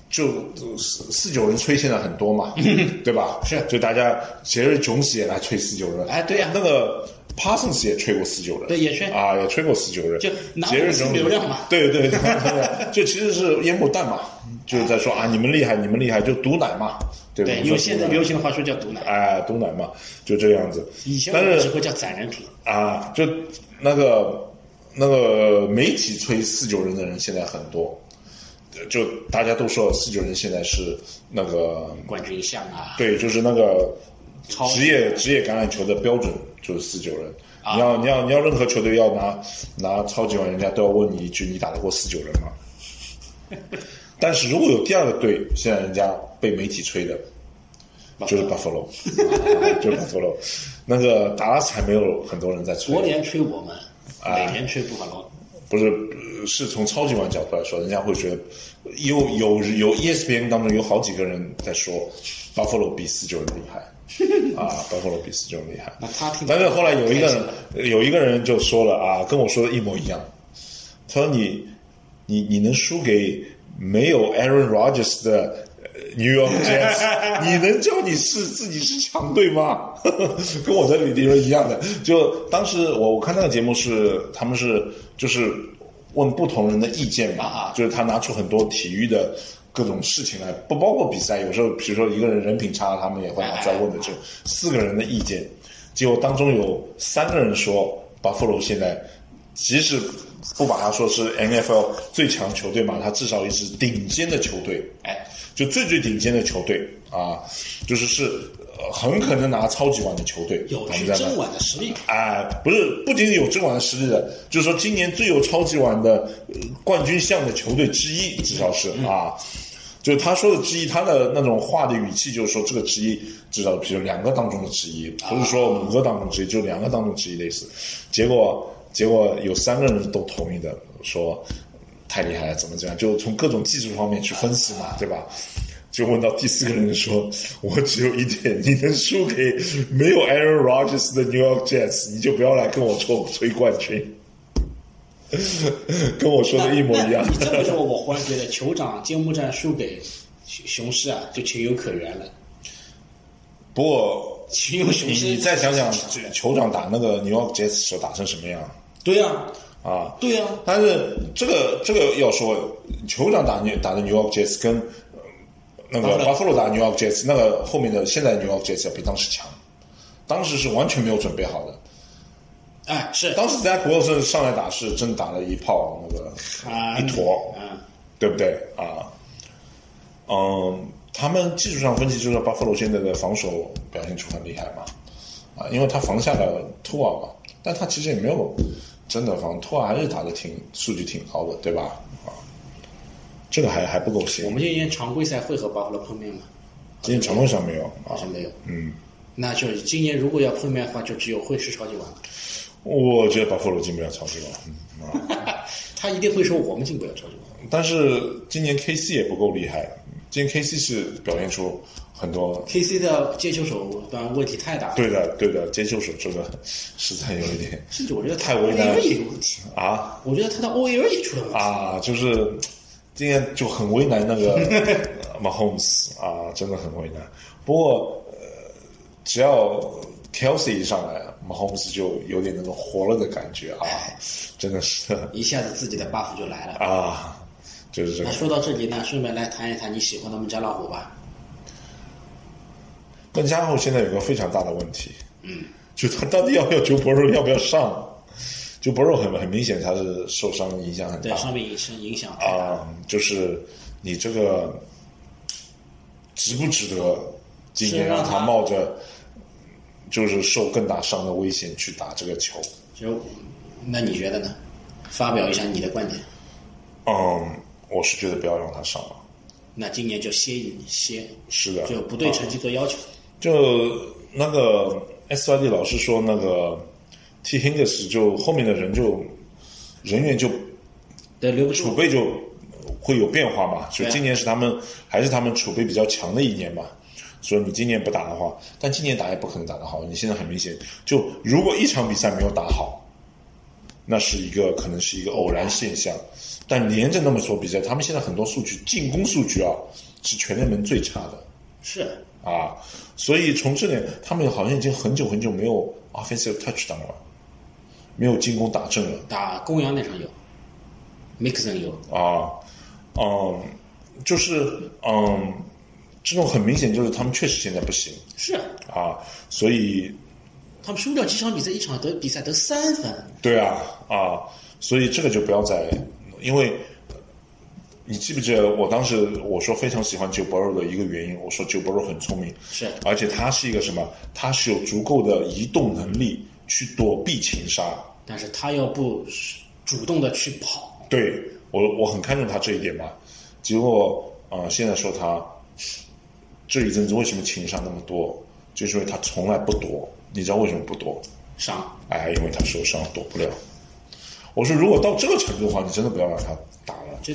S4: 就四四九人吹现在很 多嘛，对吧？
S3: 是啊
S4: 就大家杰瑞琼斯也来吹四九人，
S3: 哎对呀
S4: 那个 Parsons 也吹过四九人，
S3: 对也吹
S4: 啊，也吹过四九人，
S3: 就拿
S4: 杰瑞
S3: 公司
S4: 琼斯
S3: 流量嘛
S4: 对对对对，就其实是烟幕弹嘛，就是在说啊，你们厉害，你们厉害，就毒奶嘛，对吧？
S3: 对，
S4: 我们
S3: 用
S4: 说
S3: 现在
S4: 毒奶
S3: 流行的话说叫毒奶，
S4: 哎，毒奶嘛，就这个样子。
S3: 以前我
S4: 但
S3: 们
S4: 是
S3: 只会叫攒人品，
S4: 啊，就那个那个媒体吹四九人的人现在很多，就大家都说四九人现在是那个
S3: 冠军相啊，
S4: 对，就是那个
S3: 超
S4: 职业职业橄榄球的标准就是四九人。
S3: 啊
S4: 你要你要你要任何球队要拿拿超级碗，人家都要问你一句：你打得过四九人吗？ 但是如果有第二个队，现在人家被媒体吹的，就是 Buffalo，啊就是 Buffalo。那个达拉斯还没有很多人在吹
S3: 国，联吹我们，
S4: 啊
S3: 美联吹布法罗。
S4: 不是呃是从超级碗角度来说，人家会觉得有有有 E ESPN 当中有好几个人在说 Buffalo 比四九人厉 害啊，Buffalo 比四九人厉害。
S3: 那他听，
S4: 但是后来有一个人，有一个人就说了啊，跟我说的一模一样。他说你你你能输给没有 Aaron Rodgers 的呃 New York Jets，你能叫你是自己是强队吗？ 跟我这里理论一样的。就当时我我看那个节目是他们是就是问不同人的意见嘛
S3: 啊，
S4: 就是他拿出很多体育的。各种事情来，不包括比赛，有时候比如说一个人人品差，他们也会拿出来问的，就四个人的意见，结果当中有三个人说巴夫罗现在即使不把它说是 NFL 最强球队嘛，它至少也是顶尖的球队，
S3: 哎，
S4: 就最最顶尖的球队啊，就是是呃很可能拿超级碗的球队。
S3: 有
S4: 我
S3: 去
S4: 们在那
S3: 真碗的实力，
S4: 哎，不是，不仅仅有真碗的实力的，就是说今年最有超级碗的、呃冠军项的球队之一，至少是、啊。就是他说的之一，他的那种话的语气，就是说这个之一，至少比如两个当中的之一，不是说五个当中之一，就两个当中之一类似。结果结果有三个人都同意的，说太厉害了，怎么怎么样，就从各种技术方面去分析嘛，对吧？就问到第四个人说：“我只有一点，你能输给没有 Aaron Rodgers 的 New York Jets，你就不要来跟我说我吹冠军。” 跟我说的一模一样
S3: 那。你这么说，我忽然觉得酋长揭幕战输给雄雄狮啊，就情有可原了。
S4: 不过
S3: 情有雄
S4: 你
S3: 狮，
S4: 你再想想，这酋长打那个 New York Jets 时候打成什么样
S3: 对呀，
S4: 啊？
S3: 对呀，
S4: 但是这个这个要说，酋长打牛打的 New York Jets 跟呃那个巴
S3: Buffalo
S4: 夫罗打 New York Jets 那个后面的现在 New York Jets 要比当时强，当时是完全没有准备好的。
S3: 哎是
S4: 当时 Zach Wilson 上来打是真打了一炮那个
S3: 啊
S4: 一坨，
S3: 啊，
S4: 对不对啊？嗯，他们技术上分析就是巴夫罗现在的防守表现出很厉害嘛，啊，因为他防下了托尔嘛，但他其实也没有真的防托尔，还是打的挺数据挺高的，对吧？啊，这个还还不够
S3: 我
S4: 行，
S3: 们今年常规赛会和巴夫罗碰面吗？
S4: 今天常规上没有啊
S3: 好，像没有。嗯，那就是今年如果要碰面的话，就只有会吃超级碗了。
S4: 我觉得巴夫罗进不了超级碗，嗯啊。
S3: 他一定会说我们进不了超级碗。
S4: 但是今年 KC 也不够厉害，今年 KC 是表现出很多
S3: KC 的接球手端问题太大了，
S4: 对的对的接球手，这个实在有一点
S3: 甚至我觉得
S4: 太
S3: 他的
S4: 为难
S3: OL 也有问题，
S4: 啊
S3: 我觉得他的 OL 也出了问题。
S4: 啊，就是今年就很为难那个呃 Mahomes 啊，真的很为难。不过呃，只要 Kelsey 一上来，Mahomes 就有点那种活了的感觉啊，真的是
S3: 一下子自己的 buff 就来了。
S4: 啊，就是这个
S3: 那。说到这里呢，顺便来谈一谈你喜欢的孟加拉虎吧。
S4: 邓家后现在有个非常大的问题，嗯，就他到底要不要九博肉，要不要上？九博肉很很明显他是受伤影响很
S3: 对
S4: 大，
S3: 上面也是影响太大。
S4: 啊、就是你这个值不值得今年
S3: 是让
S4: 让他
S3: 他
S4: 冒着就是受更大伤的危险去打这个球？
S3: 就那你觉得呢？发表一下你的观点。
S4: 嗯，我是觉得不要让他上了。
S3: 那今年就歇一歇，
S4: 是的，
S3: 就不对成绩做要求。
S4: 就那个 SYD 老师说，那个 T Hingis 就后面的人就人员就
S3: 对，留不
S4: 储
S3: 住。
S4: 备就会有变化嘛。就
S3: 对啊
S4: 今年是他们还是他们储备比较强的一年嘛。所以你今年不打的话，但今年打也不可能打得好。你现在很明显，就如果一场比赛没有打好，那是一个可能是一个偶然现象。但连着那么多比赛，他们现在很多数据，进攻数据啊是全联盟最差的。
S3: 是，
S4: 啊，所以从这点，他们好像已经很久很久没有 offensive touchdown 了，没有进攻打正了
S3: 打公羊那场有，Mixon 有，
S4: 啊，嗯，就是嗯，这种很明显就是他们确实现在不行
S3: 是
S4: 啊，所以
S3: 他们输掉几场比赛，一场得比赛得三分，
S4: 对啊啊，所以这个就不要再，因为呃你记不记得我当时我说非常喜欢 Joe Burrow 的一个原因，我说 Joe Burrow 很聪明，
S3: 是
S4: 而且他是一个什么？他是有足够的移动能力去躲避擒杀。
S3: 但是他要不主动的去跑，
S4: 对我我很看重他这一点嘛。结果啊、呃现在说他这一阵子为什么情商那么多，就是因为他从来不躲。你知道为什么不躲？
S3: 上
S4: 哎，因为他受伤躲不了。我说，如果到这个程度的话，你真的不要让他打了。
S3: 就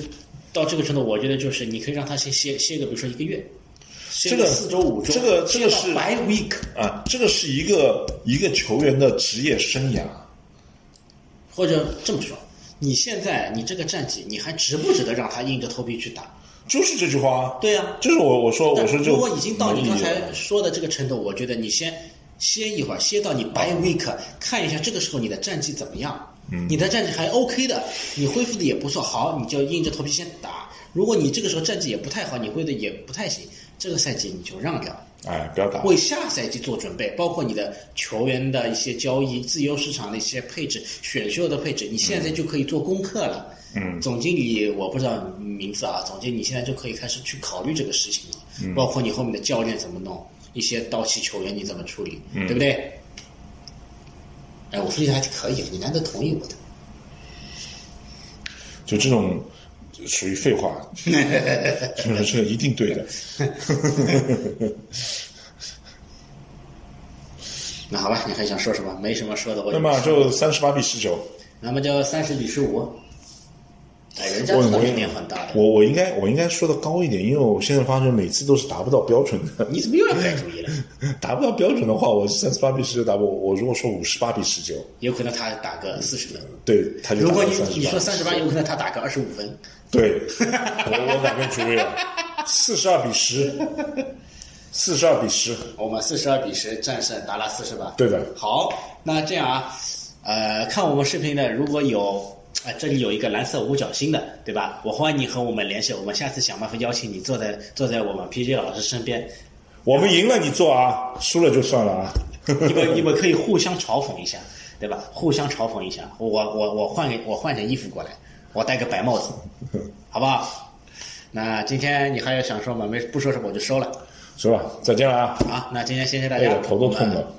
S3: 到这个程度，我觉得就是你可以让他先歇歇个，比如说一个月，歇
S4: 这个
S3: 四周五周，
S4: 这个这个
S3: 歇
S4: 是
S3: 到 by week，
S4: 啊，这个是一个一个球员的职业生涯。
S3: 或者这么说，你现在你这个战绩，你还值不值得让他硬着头皮去打？
S4: 就是这句话啊，
S3: 对呀
S4: 就是我我说我
S3: 但
S4: 说这
S3: 如果已经到你刚
S4: 没意义
S3: 才
S4: 了
S3: 说的这个程度，我觉得你先歇一会儿，歇到你 by week，看一下这个时候你的战绩怎么样。
S4: 嗯
S3: 你的战绩还 OK 的，你恢复的也不错，好，你就硬着头皮先打。如果你这个时候战绩也不太好，你挥的也不太行，这个赛季你就让掉，
S4: 哎，不要打，
S3: 为下赛季做准备，包括你的球员的一些交易、自由市场的一些配置、选秀的配置，你现在就可以做功课了。嗯，总经理我不知道名字啊，总经理现在就可以开始去考虑这个事情了，
S4: 嗯
S3: 包括你后面的教练怎么弄，一些到期球员你怎么处理，
S4: 嗯
S3: 对不对？哎，我说的还可以，你难得同意我的，
S4: 就这种属于废 话，这这一定对的。
S3: 那好吧，你还想说什么？没什么说的，我
S4: 那么就三十八比十九，
S3: 那么就三十比十五。哎，人家
S4: 我
S3: 知道
S4: 我
S3: 这点很大的，
S4: 我我应该我应该说的高一点，因为我现在发现每次都是达不到标准的，
S3: 你怎么又要改主意了？
S4: 达不到标准的话，我三十八比十九打不，我如果说五十八比十九，
S3: 有可能他打个四十分。
S4: 对，他就
S3: 如
S4: 打
S3: 果
S4: 到
S3: 你
S4: 三十
S3: 你
S4: 八
S3: 说。三十八，有可能他打个二十五分。
S4: 对，我我改变主意了，四十二比十，四十二比十，
S3: 我们四十二比十战胜达拉斯是吧？
S4: 对的
S3: 好，那这样啊，呃，看我们视频的如果有啊、这里有一个蓝色五角星的，对吧？我欢迎你和我们联系，我们下次想办法邀请你坐在坐在我们 PJ 老师身边，
S4: 我们赢了你做啊，输了就算了啊。
S3: 你们你们可以互相嘲讽一下，对吧？互相嘲讽一下，我我我换个我换件衣服过来，我戴个白帽子，好不好？那今天你还有想说吗？没不说什么我就收了。
S4: 是吧？再见了啊！
S3: 好，那今天谢谢大
S4: 累
S3: 家，
S4: 哎得头都痛了。